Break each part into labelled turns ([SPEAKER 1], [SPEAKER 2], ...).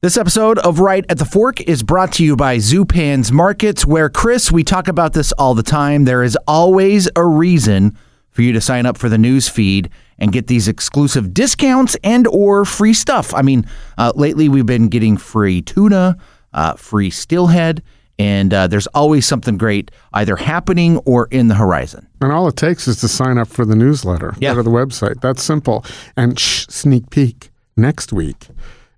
[SPEAKER 1] This episode of Right at the Fork is brought to you by Zupan's Markets, where Chris, we talk about this all the time. There is always a reason for you to sign up for the news feed and get these exclusive discounts and or free stuff. I mean, uh, lately we've been getting free tuna, uh, free steelhead, and uh, there's always something great either happening or in the horizon.
[SPEAKER 2] And all it takes is to sign up for the newsletter.
[SPEAKER 1] Yeah.
[SPEAKER 2] Go to the website. That's simple. And shh, sneak peek next week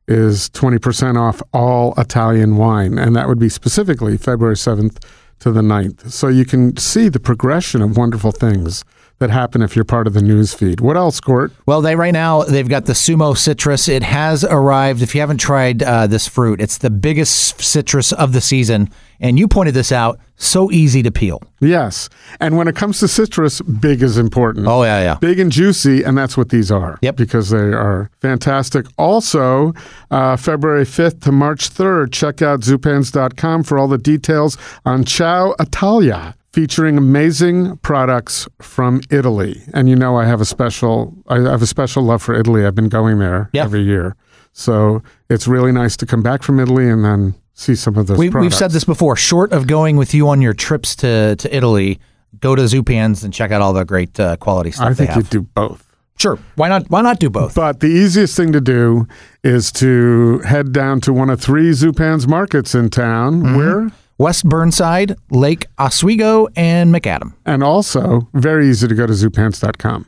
[SPEAKER 2] is 20% off all Italian wine. And that would be specifically February 7th to the 9th. So you can see the progression of wonderful things that happen if you're part of the news feed. What else, Court?
[SPEAKER 1] Well, they right now they've got the sumo citrus. It has arrived. If you haven't tried uh, this fruit, it's the biggest citrus of the season. And you pointed this out. So easy to peel.
[SPEAKER 2] Yes. And when it comes to citrus, big is important.
[SPEAKER 1] Oh yeah, yeah.
[SPEAKER 2] Big and juicy, and that's what these are.
[SPEAKER 1] Yep.
[SPEAKER 2] Because they are fantastic. Also, uh, February 5th to March 3rd, check out zupans.com for all the details on Ciao Italia, featuring amazing products from Italy. And you know I have a special I have a special love for Italy. I've been going there
[SPEAKER 1] Yeah.
[SPEAKER 2] every year. So it's really nice to come back from Italy and then see some of those
[SPEAKER 1] We, we've
[SPEAKER 2] products.
[SPEAKER 1] said this before. Short of going with you on your trips to, to Italy, go to Zupans and check out all the great uh, quality stuff
[SPEAKER 2] I
[SPEAKER 1] they
[SPEAKER 2] think
[SPEAKER 1] have.
[SPEAKER 2] you do both.
[SPEAKER 1] Sure. Why not? Why not do both?
[SPEAKER 2] But the easiest thing to do is to head down to one of three Zupan's markets in town,
[SPEAKER 1] Mm-hmm.
[SPEAKER 2] where
[SPEAKER 1] West Burnside, Lake Oswego, and McAdam.
[SPEAKER 2] and also very easy to go to zupans.com.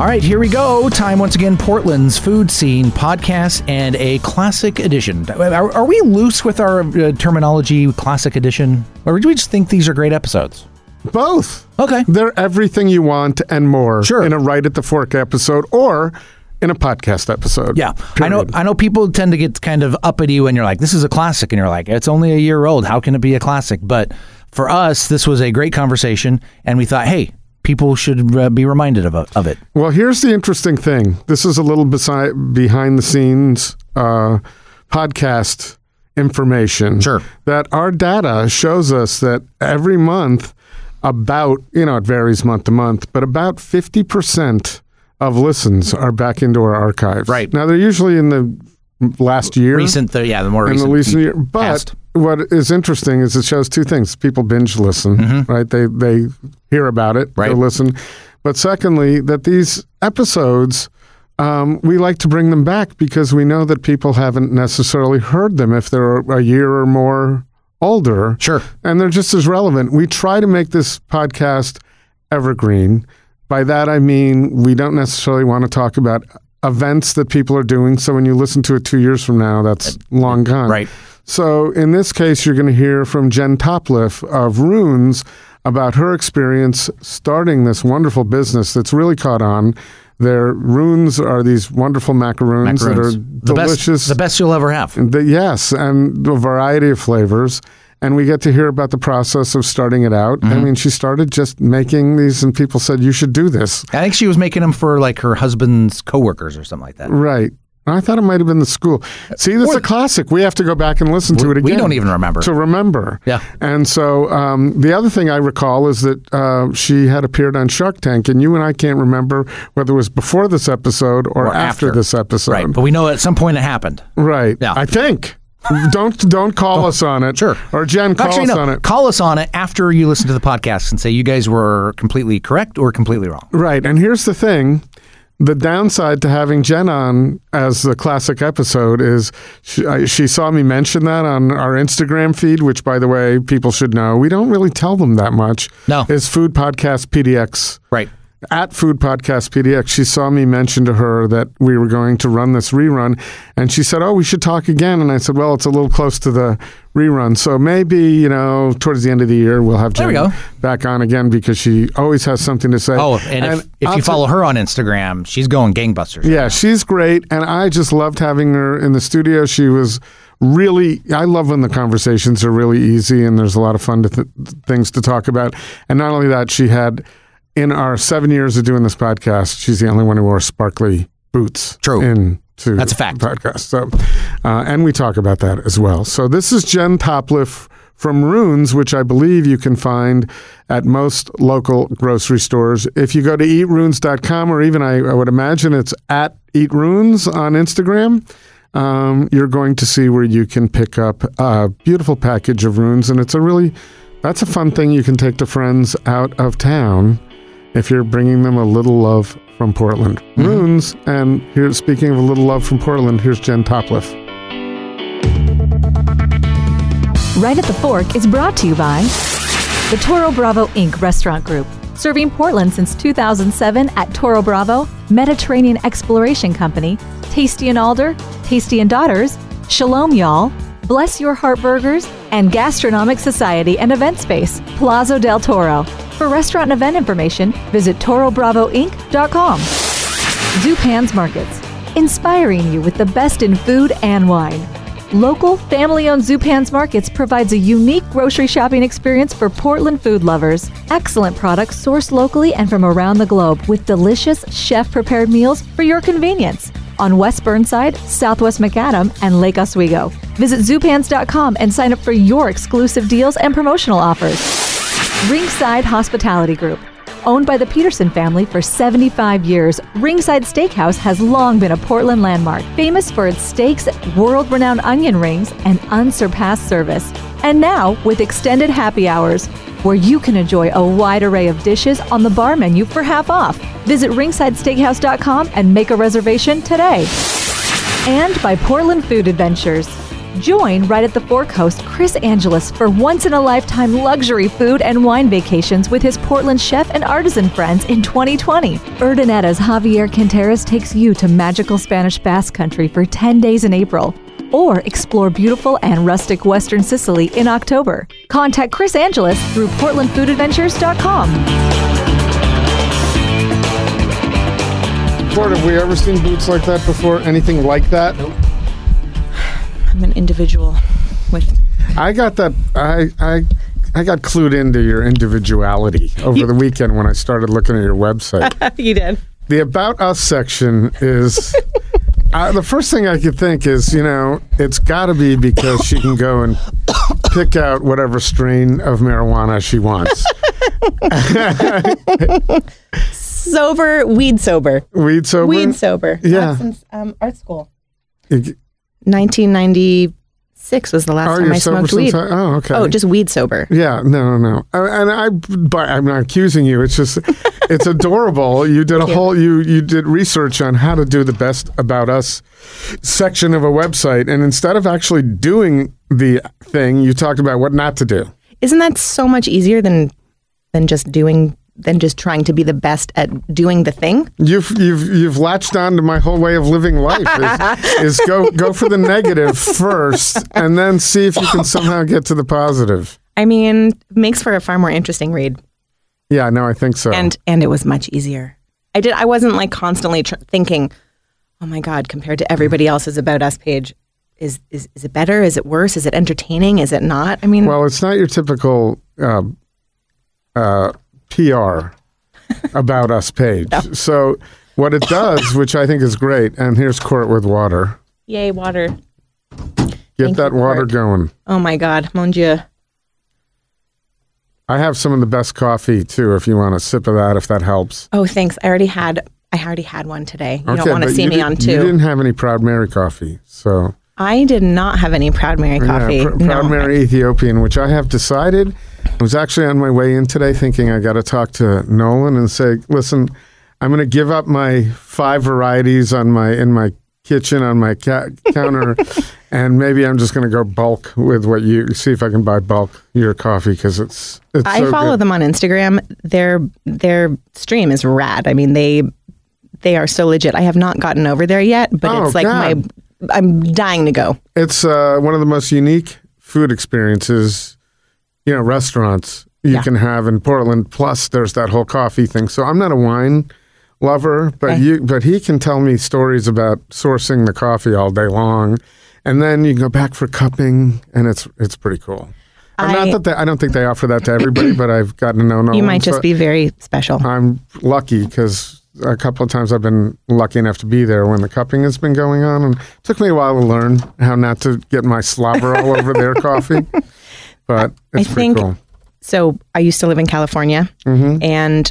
[SPEAKER 1] All right, here we go. Time once again, Portland's food scene podcast and a classic edition. Are, are we loose with our uh, terminology, classic edition? Or do we just think these are great episodes?
[SPEAKER 2] Both.
[SPEAKER 1] Okay.
[SPEAKER 2] They're everything you want and more
[SPEAKER 1] Sure.
[SPEAKER 2] in a right at the fork episode or in a podcast episode.
[SPEAKER 1] Yeah, I know.
[SPEAKER 2] Period.
[SPEAKER 1] I know people tend to get kind of uppity when you're like, "This is a classic," and you're like, "It's only a year old. How can it be a classic?" But for us, this was a great conversation, and we thought, "Hey, people should uh, be reminded of of it."
[SPEAKER 2] Well, here's the interesting thing. This is a little beside, behind the scenes uh, podcast information.
[SPEAKER 1] Sure.
[SPEAKER 2] That our data shows us that every month, about, you know, it varies month to month, but about 50% of listens are back into our archives.
[SPEAKER 1] Right.
[SPEAKER 2] Now, they're usually in the last year
[SPEAKER 1] Recent, the, yeah, the more
[SPEAKER 2] in the
[SPEAKER 1] recent,
[SPEAKER 2] least year. But
[SPEAKER 1] past.
[SPEAKER 2] what is interesting is it shows two things: people binge listen, right? They they hear about it,
[SPEAKER 1] Mm-hmm. Right.
[SPEAKER 2] they listen. But secondly, that these episodes. Um, we like to bring them back because we know that people haven't necessarily heard them if they're a year or more older.
[SPEAKER 1] Sure.
[SPEAKER 2] And they're just as relevant. We try to make this podcast evergreen. By that, I mean we don't necessarily want to talk about events that people are doing. So when you listen to it two years from now, that's long gone.
[SPEAKER 1] right?
[SPEAKER 2] So in this case, you're going to hear from Jen Topliff of Runes about her experience starting this wonderful business that's really caught on. Their runes are these wonderful macaroons,
[SPEAKER 1] Macaroons.
[SPEAKER 2] that are
[SPEAKER 1] the
[SPEAKER 2] delicious.
[SPEAKER 1] best, the best you'll ever have.
[SPEAKER 2] The, yes, and a variety of flavors. And we get to hear about the process of starting it out.
[SPEAKER 1] Mm-hmm.
[SPEAKER 2] I mean, she started just making these, and people said, You should do this.
[SPEAKER 1] I think she was making them for like her husband's coworkers or something like that.
[SPEAKER 2] Right. I thought it might have been the school. See, this is a classic. We have to go back and listen to it again.
[SPEAKER 1] We don't even remember.
[SPEAKER 2] To remember.
[SPEAKER 1] Yeah.
[SPEAKER 2] And so um, the other thing I recall is that uh, she had appeared on Shark Tank, and you and I can't remember whether it was before this episode
[SPEAKER 1] Or
[SPEAKER 2] or, after.
[SPEAKER 1] after.
[SPEAKER 2] this episode.
[SPEAKER 1] Right, but we know at some point it happened.
[SPEAKER 2] Right.
[SPEAKER 1] Yeah. Oh,
[SPEAKER 2] I think. don't don't call us on it.
[SPEAKER 1] Sure.
[SPEAKER 2] Or Jen, call
[SPEAKER 1] Actually,
[SPEAKER 2] us
[SPEAKER 1] no.
[SPEAKER 2] on it.
[SPEAKER 1] Call us on it after you listen to the podcast and say you guys were completely correct or completely wrong.
[SPEAKER 2] Right. And here's the thing the downside to having Jen on as the classic episode is she, I, she saw me mention that on our Instagram feed, which, by the way, people should know. We don't really tell them that much.
[SPEAKER 1] No.
[SPEAKER 2] Is Food Podcast PDX.
[SPEAKER 1] Right.
[SPEAKER 2] At Food Podcast PDX, she saw me mention to her that we were going to run this rerun, and she said, "Oh, we should talk again." And I said, "Well, it's a little close to the rerun, so maybe you know towards the end of the year we'll have
[SPEAKER 1] There we
[SPEAKER 2] Jen
[SPEAKER 1] go.
[SPEAKER 2] back on again because she always has something to say."
[SPEAKER 1] Oh, and, if, if
[SPEAKER 2] I'll
[SPEAKER 1] you
[SPEAKER 2] tell-
[SPEAKER 1] follow her on Instagram, she's going gangbusters.
[SPEAKER 2] yeah, she's great, and I just loved having her in the studio. She was really. I love when the conversations are really easy and there's a lot of fun to th- things to talk about. And not only that, she had in our seven years of doing this podcast, she's the only one who wore sparkly boots.
[SPEAKER 1] True.
[SPEAKER 2] In to
[SPEAKER 1] That's a fact.
[SPEAKER 2] the podcast. So, uh, and we talk about that as well. So this is Jen Topliff from Runes, which I believe you can find at most local grocery stores. If you go to eatrunes.com, or even I, I would imagine it's at eatrunes on Instagram. Um, you're going to see where you can pick up a beautiful package of runes, and it's a really that's a fun thing you can take to friends out of town if you're bringing them a little love from Portland. Runes, and here, speaking of a little love from Portland, here's Jen Topliff.
[SPEAKER 3] Right at the Fork is brought to you by the Toro Bravo Inc. Restaurant Group, serving Portland since 2007 at Toro Bravo, Mediterranean Exploration Company, Tasty and Alder, Tasty and Daughters, Shalom Y'all, Bless Your Heart Burgers, and Gastronomic Society and Event Space, Plaza del Toro. For restaurant and event information, visit torobravoinc.com. Zupan's Markets, inspiring you with the best in food and wine. Local, family owned Zupan's Markets provides a unique grocery shopping experience for Portland food lovers. Excellent products sourced locally and from around the globe with delicious chef prepared meals for your convenience on West Burnside, Southwest McAdam, and Lake Oswego. Visit zupans.com and sign up for your exclusive deals and promotional offers. Ringside Hospitality Group. Owned by the Peterson family for 75 years, Ringside Steakhouse has long been a Portland landmark, famous for its steaks, world renowned onion rings, and unsurpassed service. And now, with extended happy hours, where you can enjoy a wide array of dishes on the bar menu for half off. Visit ringsidesteakhouse.com and make a reservation today and by Portland Food Adventures. Join right at the Fork host Chris Angelus for once in a lifetime luxury food and wine vacations with his Portland chef and artisan friends in 2020. Urdaneta's Javier Quinteras takes you to magical Spanish Basque country for 10 days in April. Or explore beautiful and rustic Western Sicily in October. Contact Chris Angelus through PortlandFoodAdventures.com.
[SPEAKER 2] Ford, have we ever seen boots like that before? Anything like that?
[SPEAKER 4] I'm an individual with
[SPEAKER 2] I got that. I I. I got clued into your individuality over the weekend when I started looking at your website.
[SPEAKER 4] you did.
[SPEAKER 2] the about us section is uh, the first thing I could think is you know it's got to be because she can go and pick out whatever strain of marijuana she wants.
[SPEAKER 4] Sober, weed sober.
[SPEAKER 2] Weed sober.
[SPEAKER 4] Weed sober.
[SPEAKER 2] Yeah.
[SPEAKER 4] Not Since um, art school.
[SPEAKER 2] You-
[SPEAKER 4] 1996 was the last
[SPEAKER 2] Oh,
[SPEAKER 4] time
[SPEAKER 2] you're
[SPEAKER 4] I
[SPEAKER 2] sober
[SPEAKER 4] smoked weed.
[SPEAKER 2] since I- oh, okay.
[SPEAKER 4] Oh, just weed sober.
[SPEAKER 2] yeah. No, no, no. Uh, And I, but I'm not accusing you. It's just, it's adorable. You did a
[SPEAKER 4] Cute.
[SPEAKER 2] whole, you you did research on how to do the best about us section of a website, and instead of actually doing the thing, you talked about what not to do.
[SPEAKER 4] Isn't that so much easier than than just doing than just trying to be the best at doing the thing?
[SPEAKER 2] You've you've you've latched on to my whole way of living life is, is go go for the negative first, and then see if you can somehow get to the positive.
[SPEAKER 4] I mean, makes for a far more interesting read.
[SPEAKER 2] Yeah, no, I think so.
[SPEAKER 4] and and it was much easier. I did. I wasn't like constantly tr- thinking, "Oh my god!" Compared to everybody else's about us page, is is is it better? Is it worse? Is it entertaining? Is it not? I mean,
[SPEAKER 2] Well, it's not your typical uh, uh, PR about us page. So what it does, which I think is great, and here's Court with water.
[SPEAKER 4] yay water!
[SPEAKER 2] Get
[SPEAKER 4] Thank
[SPEAKER 2] that
[SPEAKER 4] you,
[SPEAKER 2] water
[SPEAKER 4] Court.
[SPEAKER 2] going.
[SPEAKER 4] Oh my god, mon dieu!
[SPEAKER 2] I have some of the best coffee too. If you want a sip of that, if that helps.
[SPEAKER 4] Oh, thanks. I already had. I already had one today. You
[SPEAKER 2] Okay,
[SPEAKER 4] don't want to
[SPEAKER 2] but
[SPEAKER 4] see
[SPEAKER 2] you
[SPEAKER 4] me
[SPEAKER 2] did-
[SPEAKER 4] on
[SPEAKER 2] You
[SPEAKER 4] two.
[SPEAKER 2] didn't have any Proud Mary coffee, so
[SPEAKER 4] I did not have any Proud Mary coffee.
[SPEAKER 2] Yeah, Pr- Proud
[SPEAKER 4] No.
[SPEAKER 2] Mary Ethiopian, which I have decided. I was actually on my way in today thinking I got to talk to Nolan and say, listen, I'm going to give up my five varieties on my in my kitchen on my ca- counter, and maybe I'm just going to go bulk with what you see if I can buy bulk your coffee because it's it's.
[SPEAKER 4] I
[SPEAKER 2] so
[SPEAKER 4] follow
[SPEAKER 2] good.
[SPEAKER 4] them on Instagram. Their their stream is rad. I mean they they are so legit. I have not gotten over there yet, but
[SPEAKER 2] Oh,
[SPEAKER 4] it's like
[SPEAKER 2] God.
[SPEAKER 4] my I'm dying to go.
[SPEAKER 2] It's uh, one of the most unique food experiences, you know, restaurants you
[SPEAKER 4] Yeah.
[SPEAKER 2] can have in Portland. Plus, there's that whole coffee thing. So I'm not a wine lover, but
[SPEAKER 4] Okay.
[SPEAKER 2] you, but he can tell me stories about sourcing the coffee all day long, and then you can go back for cupping, and it's it's pretty cool. I,
[SPEAKER 4] I-
[SPEAKER 2] not that they, I don't think they offer that to everybody, but I've gotten to know.
[SPEAKER 4] You
[SPEAKER 2] Nolan,
[SPEAKER 4] might just
[SPEAKER 2] so
[SPEAKER 4] be very special.
[SPEAKER 2] I'm lucky because a couple of times I've been lucky enough to be there when the cupping has been going on, and it took me a while to learn how not to get my slobber all over their coffee. But it's pretty
[SPEAKER 4] I think
[SPEAKER 2] cool.
[SPEAKER 4] so. I used to live in California,
[SPEAKER 2] Mm-hmm.
[SPEAKER 4] and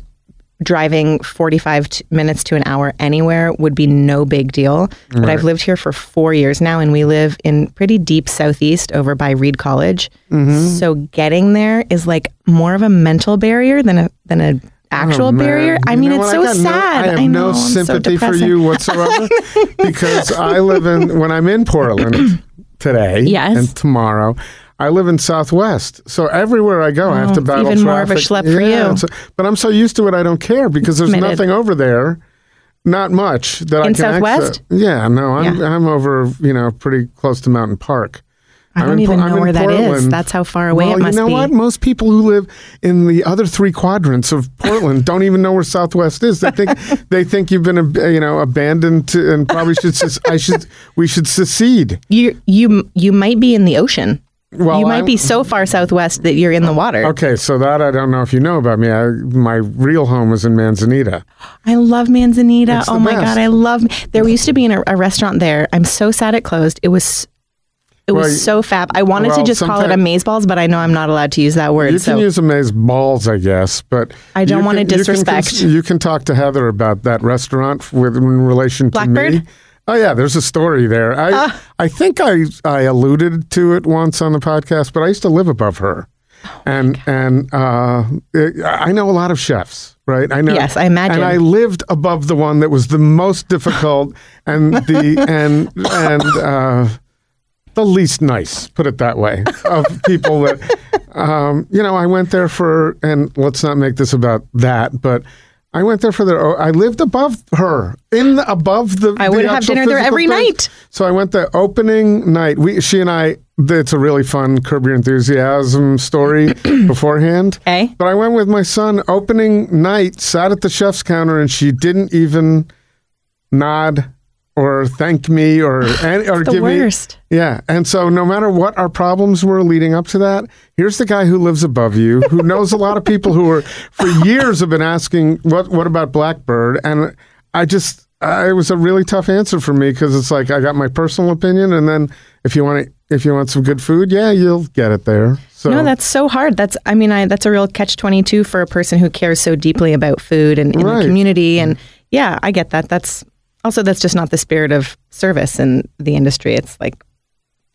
[SPEAKER 4] driving 45 t- minutes to an hour anywhere would be no big deal. But I've lived here for four years now, and we live in pretty deep southeast over by Reed College.
[SPEAKER 2] Mm-hmm.
[SPEAKER 4] So getting there is like more of a mental barrier than a than a actual
[SPEAKER 2] Oh, man.
[SPEAKER 4] barrier. I
[SPEAKER 2] You
[SPEAKER 4] mean,
[SPEAKER 2] know
[SPEAKER 4] it's
[SPEAKER 2] what?
[SPEAKER 4] so
[SPEAKER 2] got no-
[SPEAKER 4] sad.
[SPEAKER 2] I have
[SPEAKER 4] know,
[SPEAKER 2] no
[SPEAKER 4] I'm so
[SPEAKER 2] sympathy for
[SPEAKER 4] depressing.
[SPEAKER 2] you whatsoever because I live in, when I'm in Portland today
[SPEAKER 4] Yes.
[SPEAKER 2] and tomorrow, I live in Southwest. So everywhere I go, I have
[SPEAKER 4] Oh,
[SPEAKER 2] to
[SPEAKER 4] it's
[SPEAKER 2] battle
[SPEAKER 4] even more of a
[SPEAKER 2] traffic.
[SPEAKER 4] schlep for
[SPEAKER 2] Yeah,
[SPEAKER 4] you.
[SPEAKER 2] it's a- but I'm so used to it, I don't care because there's
[SPEAKER 4] Committed.
[SPEAKER 2] nothing over there. Not much that I
[SPEAKER 4] In
[SPEAKER 2] can access.
[SPEAKER 4] Southwest?
[SPEAKER 2] Yeah, no, I'm
[SPEAKER 4] Yeah.
[SPEAKER 2] I'm over, you know, pretty close to Mountain Park.
[SPEAKER 4] I
[SPEAKER 2] I'm
[SPEAKER 4] don't
[SPEAKER 2] in
[SPEAKER 4] even
[SPEAKER 2] Por- I'm
[SPEAKER 4] know
[SPEAKER 2] in
[SPEAKER 4] where that is.
[SPEAKER 2] Portland.
[SPEAKER 4] That's how far away
[SPEAKER 2] well,
[SPEAKER 4] it must
[SPEAKER 2] you know
[SPEAKER 4] be.
[SPEAKER 2] what? Most people who live in the other three quadrants of Portland don't even know where Southwest is. They think they think you've been ab- you know abandoned to, and probably should ses- I should we should secede.
[SPEAKER 4] You you you might be in the ocean.
[SPEAKER 2] Well,
[SPEAKER 4] you might
[SPEAKER 2] I'm-
[SPEAKER 4] be so far southwest that you're in the water.
[SPEAKER 2] Okay, so that I don't know if you know about me. I, my real home is in Manzanita.
[SPEAKER 4] I love Manzanita.
[SPEAKER 2] It's the
[SPEAKER 4] oh my
[SPEAKER 2] best.
[SPEAKER 4] god, I love. There used to be in a, a restaurant there. I'm so sad it closed. It was. It was
[SPEAKER 2] Well,
[SPEAKER 4] so fab. I wanted
[SPEAKER 2] well,
[SPEAKER 4] to just call it
[SPEAKER 2] sometime-
[SPEAKER 4] amazeballs, but I know I'm not allowed to use that word.
[SPEAKER 2] You
[SPEAKER 4] so
[SPEAKER 2] can use them as balls, I guess, but
[SPEAKER 4] I don't
[SPEAKER 2] you
[SPEAKER 4] wanna
[SPEAKER 2] can- you can
[SPEAKER 4] disrespect.
[SPEAKER 2] cons- You can, talk to Heather about that restaurant with in relation to
[SPEAKER 4] Blackbird? Uh.
[SPEAKER 2] me. Oh yeah, there's a story there. I I think I I alluded to it once on the podcast, but I used to live above her,
[SPEAKER 4] Oh
[SPEAKER 2] and and uh, it- I know a lot of chefs, right? I know.
[SPEAKER 4] Yes, I imagine.
[SPEAKER 2] And I lived above the one that was the most difficult and the and and. Uh, the least nice, put it that way, of people that, um, you know, I went there for, and let's not make this about that, but I went there for their, I lived above her, in the, above the.
[SPEAKER 4] I
[SPEAKER 2] the
[SPEAKER 4] would have
[SPEAKER 2] actual
[SPEAKER 4] dinner there
[SPEAKER 2] physical
[SPEAKER 4] every
[SPEAKER 2] place.
[SPEAKER 4] night.
[SPEAKER 2] So I went the opening night. We, she and I, it's a really fun Curb Your Enthusiasm story beforehand.
[SPEAKER 4] Okay.
[SPEAKER 2] But I went with my son opening night, sat at the chef's counter, and she didn't even nod or thank me or any, or
[SPEAKER 4] the
[SPEAKER 2] give
[SPEAKER 4] worst.
[SPEAKER 2] me yeah and so no matter what our problems were leading up to that here's the guy who lives above you who knows a lot of people who are for years have been asking what what about blackbird and i just I, it was a really tough answer for me because it's like i got my personal opinion and then if you want to, if you want some good food yeah you'll get it there so
[SPEAKER 4] no, that's so hard. That's I mean, I that's a real catch twenty two for a person who cares so deeply about food and, and
[SPEAKER 2] Right.
[SPEAKER 4] the community. And yeah, I get that. That's also that's just not the spirit of service in the industry. It's like,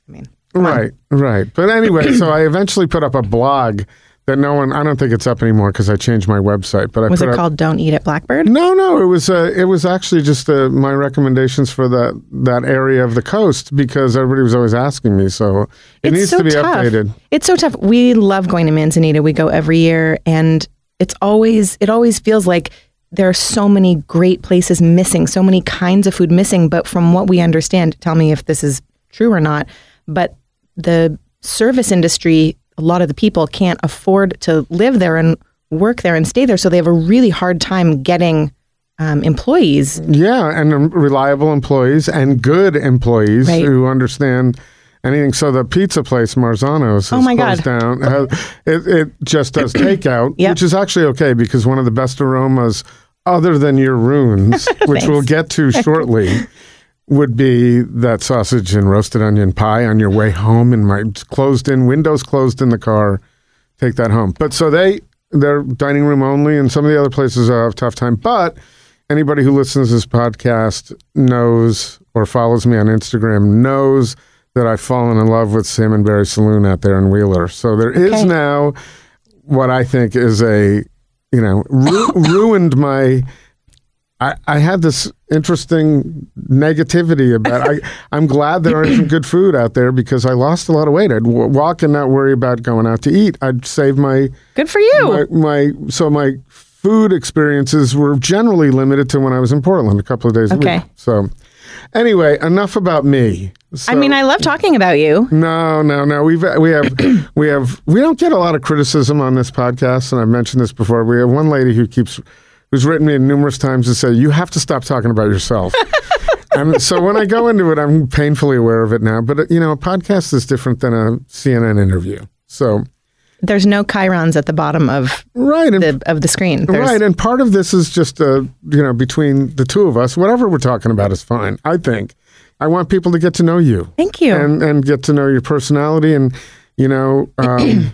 [SPEAKER 4] I mean,
[SPEAKER 2] Right, right. But anyway, so I eventually put up a blog that no one. I don't think it's up anymore because I changed my website. But I
[SPEAKER 4] was
[SPEAKER 2] put
[SPEAKER 4] it
[SPEAKER 2] up,
[SPEAKER 4] called "Don't Eat at Blackbird"?
[SPEAKER 2] No, no. It was uh, it was actually just uh, my recommendations for that that area of the coast because everybody was always asking me. So it needs to be updated.
[SPEAKER 4] It's so tough. We love going to Manzanita. We go every year, and it's always it always feels like there are so many great places missing, so many kinds of food missing. But from what we understand, tell me if this is true or not. But the service industry, a lot of the people can't afford to live there and work there and stay there, so they have a really hard time getting um, employees.
[SPEAKER 2] Yeah, and um, reliable employees and good employees
[SPEAKER 4] Right.
[SPEAKER 2] who understand anything. So the pizza place Marzano's
[SPEAKER 4] Oh
[SPEAKER 2] has
[SPEAKER 4] my
[SPEAKER 2] closed
[SPEAKER 4] God.
[SPEAKER 2] down. Uh, it, it just does takeout,
[SPEAKER 4] Yep.
[SPEAKER 2] which is actually okay because one of the best aromas, other than your runes, which we'll get to shortly. Would be that sausage and roasted onion pie on your way home in my closed in windows closed in the car. Take that home. But so they they're dining room only, and some of the other places have a tough time. But anybody who listens to this podcast knows or follows me on Instagram knows that I've fallen in love with Salmon Berry Saloon out there in Wheeler. So there is
[SPEAKER 4] Okay.
[SPEAKER 2] now what I think is a, you know, ru- ruined my. I, I had this interesting negativity about I, I'm glad there isn't good food out there because I lost a lot of weight. I'd w- walk and not worry about going out to eat. I'd save my
[SPEAKER 4] Good for you.
[SPEAKER 2] my, my so my food experiences were generally limited to when I was in Portland, a couple of days a
[SPEAKER 4] Okay.
[SPEAKER 2] week. So, anyway, enough about me.
[SPEAKER 4] I mean, I love talking about you.
[SPEAKER 2] No, no, no. We've we have we have we don't get a lot of criticism on this podcast, and I've mentioned this before. We have one lady who keeps who's written me numerous times to say you have to stop talking about yourself. and so when I go into it, I'm painfully aware of it now. But uh, you know, a podcast is different than a CNN interview. So
[SPEAKER 4] There's no chirons at the bottom of
[SPEAKER 2] Right. And
[SPEAKER 4] the of the screen. There's,
[SPEAKER 2] Right, and part of this is just uh, you know between the two of us. Whatever we're talking about is fine. I think I want people to get to know you.
[SPEAKER 4] Thank you.
[SPEAKER 2] and and get to know your personality and you know um,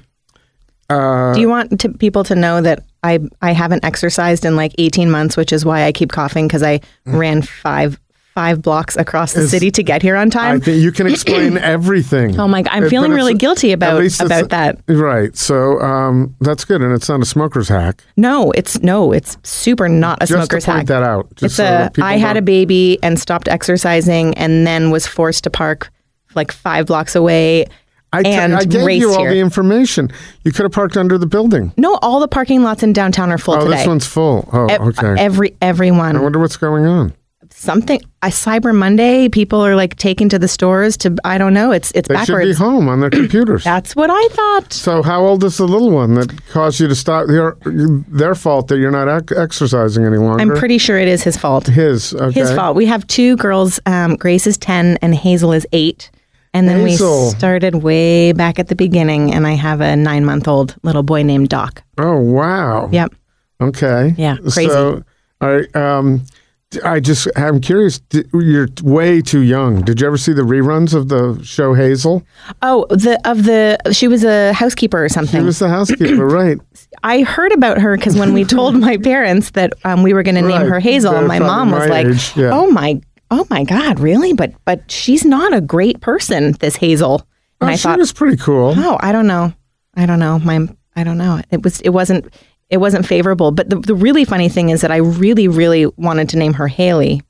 [SPEAKER 4] Do you want to, people to know that I I haven't exercised in like 18 months, which is why I keep coughing because I
[SPEAKER 2] Mm.
[SPEAKER 4] ran five five blocks across the city to get here on
[SPEAKER 2] I
[SPEAKER 4] time.
[SPEAKER 2] think you can explain everything.
[SPEAKER 4] Oh my God, I'm
[SPEAKER 2] But
[SPEAKER 4] feeling
[SPEAKER 2] it's-
[SPEAKER 4] really guilty
[SPEAKER 2] at
[SPEAKER 4] about-
[SPEAKER 2] least it's-
[SPEAKER 4] about that.
[SPEAKER 2] Right, so um, that's good, and it's not a smoker's hack.
[SPEAKER 4] no, it's no, it's super not a
[SPEAKER 2] Just to
[SPEAKER 4] smoker's
[SPEAKER 2] point
[SPEAKER 4] hack.
[SPEAKER 2] that out. Just
[SPEAKER 4] It's
[SPEAKER 2] so
[SPEAKER 4] a
[SPEAKER 2] that people
[SPEAKER 4] I had a
[SPEAKER 2] don't-
[SPEAKER 4] baby and stopped exercising and then was forced to park like five blocks away
[SPEAKER 2] I t-
[SPEAKER 4] and
[SPEAKER 2] I gave
[SPEAKER 4] race
[SPEAKER 2] you all
[SPEAKER 4] here.
[SPEAKER 2] the information. You could have parked under the building.
[SPEAKER 4] no, all the parking lots in downtown are full
[SPEAKER 2] Oh,
[SPEAKER 4] today.
[SPEAKER 2] this one's full. Oh,
[SPEAKER 4] Ev-
[SPEAKER 2] okay.
[SPEAKER 4] Every everyone.
[SPEAKER 2] I wonder what's going on.
[SPEAKER 4] something I Cyber Monday, people are like taken to the stores to I don't know, it's it's
[SPEAKER 2] They should be
[SPEAKER 4] backwards.
[SPEAKER 2] home on their computers.
[SPEAKER 4] That's what I thought.
[SPEAKER 2] So, how old is the little one that caused you to stop? Your, their fault that you're not ac- exercising any longer.
[SPEAKER 4] I'm pretty sure it is his fault.
[SPEAKER 2] His. Okay.
[SPEAKER 4] His fault. We have two girls, um, Grace is 10 and Hazel is 8. And then
[SPEAKER 2] Hazel.
[SPEAKER 4] we started way back at the beginning and I have a 9-month-old little boy named Doc.
[SPEAKER 2] Oh wow.
[SPEAKER 4] Yep.
[SPEAKER 2] Okay.
[SPEAKER 4] Yeah, crazy.
[SPEAKER 2] So, all right. Um, d- I just I'm curious. d you're t- way too young. Did you ever see the reruns of the show Hazel?
[SPEAKER 4] Oh, the of the she was a housekeeper or
[SPEAKER 2] She
[SPEAKER 4] something.
[SPEAKER 2] was the housekeeper, right?
[SPEAKER 4] I heard about her because when we told my parents that um, we were going to name
[SPEAKER 2] Right.
[SPEAKER 4] her Hazel,
[SPEAKER 2] They're
[SPEAKER 4] my
[SPEAKER 2] probably
[SPEAKER 4] mom was
[SPEAKER 2] my
[SPEAKER 4] like,
[SPEAKER 2] age, yeah.
[SPEAKER 4] "Oh my, oh my God, really?" But but she's not a great person, this Hazel. And
[SPEAKER 2] oh,
[SPEAKER 4] I
[SPEAKER 2] she
[SPEAKER 4] thought,
[SPEAKER 2] was pretty cool.
[SPEAKER 4] oh, I don't know, I don't know, my, I don't know. It was it wasn't it wasn't favorable. But the, the really funny thing is that I really really wanted to name her Haley.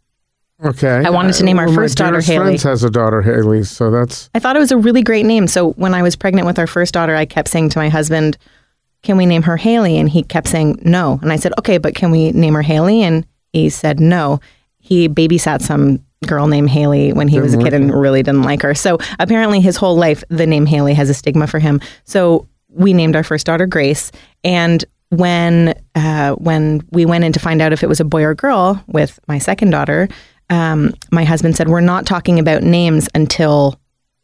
[SPEAKER 2] Okay.
[SPEAKER 4] I wanted to name our
[SPEAKER 2] one of my
[SPEAKER 4] first daughter
[SPEAKER 2] dearest
[SPEAKER 4] Haley.
[SPEAKER 2] Friends has a daughter Haley, so that's
[SPEAKER 4] I thought it was a really great name. So when I was pregnant with our first daughter, I kept saying to my husband, "Can we name her Haley?" And he kept saying no. And I said, "Okay, but can we name her Haley?" And he said no. He babysat some girl named Haley when he was a kid and really didn't like her. So apparently, his whole life, the name Haley has a stigma for him. So we named our first daughter Grace, and when uh, when we went in to find out if it was a boy or girl with my second daughter, um, my husband said we're not talking about names until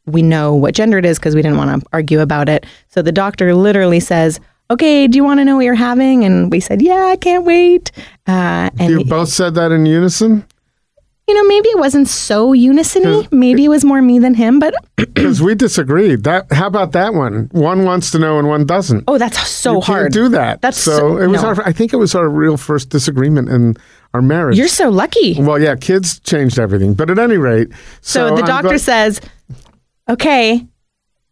[SPEAKER 4] we know what gender it is because we didn't want to argue about it. So the doctor literally says, "Okay, do you want to know what you're having?" And we said, "Yeah, I can't wait." Uh, and
[SPEAKER 2] you both said that in unison
[SPEAKER 4] you know, maybe it wasn't so unisony. Maybe it was more me than him. But
[SPEAKER 2] because we disagreed. That how about that one? One wants to know and one doesn't.
[SPEAKER 4] oh, that's so
[SPEAKER 2] you
[SPEAKER 4] hard.
[SPEAKER 2] Can't do that.
[SPEAKER 4] That's
[SPEAKER 2] so,
[SPEAKER 4] so-
[SPEAKER 2] it was
[SPEAKER 4] no.
[SPEAKER 2] our. I think it was our real first disagreement in our marriage.
[SPEAKER 4] You're so lucky.
[SPEAKER 2] Well, yeah, kids changed everything. But at any rate, so,
[SPEAKER 4] So, the
[SPEAKER 2] I'm
[SPEAKER 4] doctor
[SPEAKER 2] gl-
[SPEAKER 4] says, "Okay,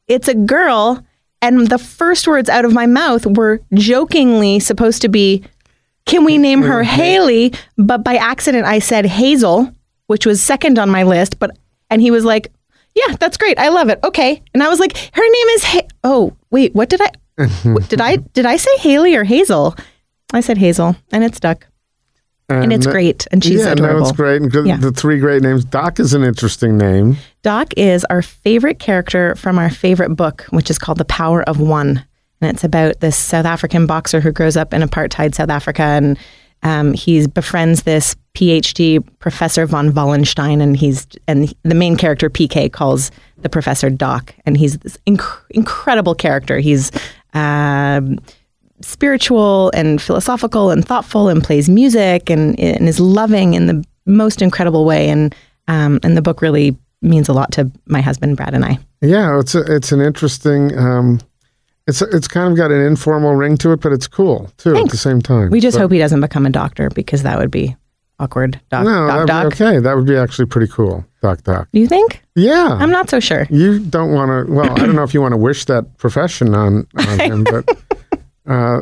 [SPEAKER 4] it's a girl." And the first words out of my mouth were jokingly supposed to be, "Can we name her Haley?" But by accident, I said Hazel, which was second on my list. But and he was like, "Yeah, that's great. I love it. Okay." And I was like, "Her name is ha- Oh, wait, what did I? what- did I did I say Haley or Hazel?" I said Hazel, and it stuck.
[SPEAKER 2] and,
[SPEAKER 4] it's great, and she's
[SPEAKER 2] yeah,
[SPEAKER 4] adorable.
[SPEAKER 2] no, it's great. And good-
[SPEAKER 4] Yeah.
[SPEAKER 2] the three great names. Doc is an interesting name.
[SPEAKER 4] Doc is our favorite character from our favorite book, which is called The Power of One. And it's about this South African boxer who grows up in apartheid South Africa and um, he befriends this PhD professor von Wallenstein and he's and the main character PK calls the professor Doc and he's this inc- incredible character. He's um, spiritual and philosophical and thoughtful and plays music and, and is loving in the most incredible way and um, and the book really means a lot to my husband Brad and I.
[SPEAKER 2] Yeah, it's a, it's an interesting. Um, it's it's kind of got an informal ring to it, but it's cool too at the same time.
[SPEAKER 4] We just
[SPEAKER 2] So-
[SPEAKER 4] hope he doesn't become a doctor because that would be awkward. Doc,
[SPEAKER 2] no,
[SPEAKER 4] doc,
[SPEAKER 2] that'd
[SPEAKER 4] doc.
[SPEAKER 2] Be okay, that would be actually pretty cool. Doc, doc.
[SPEAKER 4] Do you think?
[SPEAKER 2] Yeah,
[SPEAKER 4] I'm not so sure.
[SPEAKER 2] You don't want to. Well, I don't know if you want to wish that profession on, on him, but uh,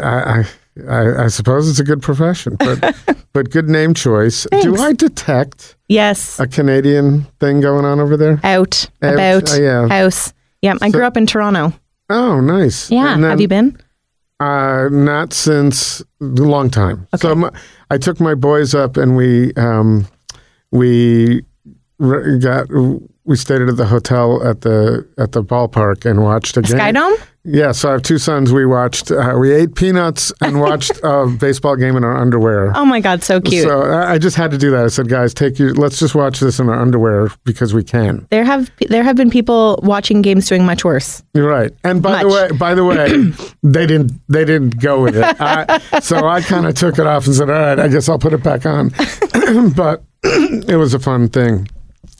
[SPEAKER 2] I, I- I I suppose it's a good profession. But but good name choice. Do
[SPEAKER 4] Thanks.
[SPEAKER 2] I detect
[SPEAKER 4] Yes.
[SPEAKER 2] a Canadian thing going on over there?
[SPEAKER 4] Out,
[SPEAKER 2] Out,
[SPEAKER 4] about,
[SPEAKER 2] uh, yeah.
[SPEAKER 4] house. Yeah, I grew up in Toronto.
[SPEAKER 2] Oh, nice.
[SPEAKER 4] Yeah.
[SPEAKER 2] And then,
[SPEAKER 4] Have you been?
[SPEAKER 2] Uh, not since a long time. So my, I took my boys up and we um, we re- got we stayed at the hotel at the at the ballpark and watched a game.
[SPEAKER 4] Skydome?
[SPEAKER 2] Yeah, so I have two sons. We watched uh, we ate peanuts and watched a baseball game in our underwear.
[SPEAKER 4] Oh my God, so cute.
[SPEAKER 2] So uh, I I just had to do that. I said, guys, take you. Let's just watch this in our underwear because we can.
[SPEAKER 4] there have there have been people watching games doing much worse.
[SPEAKER 2] You're right. And by the
[SPEAKER 4] Much.
[SPEAKER 2] way, by the way, they didn't they didn't go with it. I, so I kind of took it off and said, all right, I guess I'll put it back on. but it was a fun thing.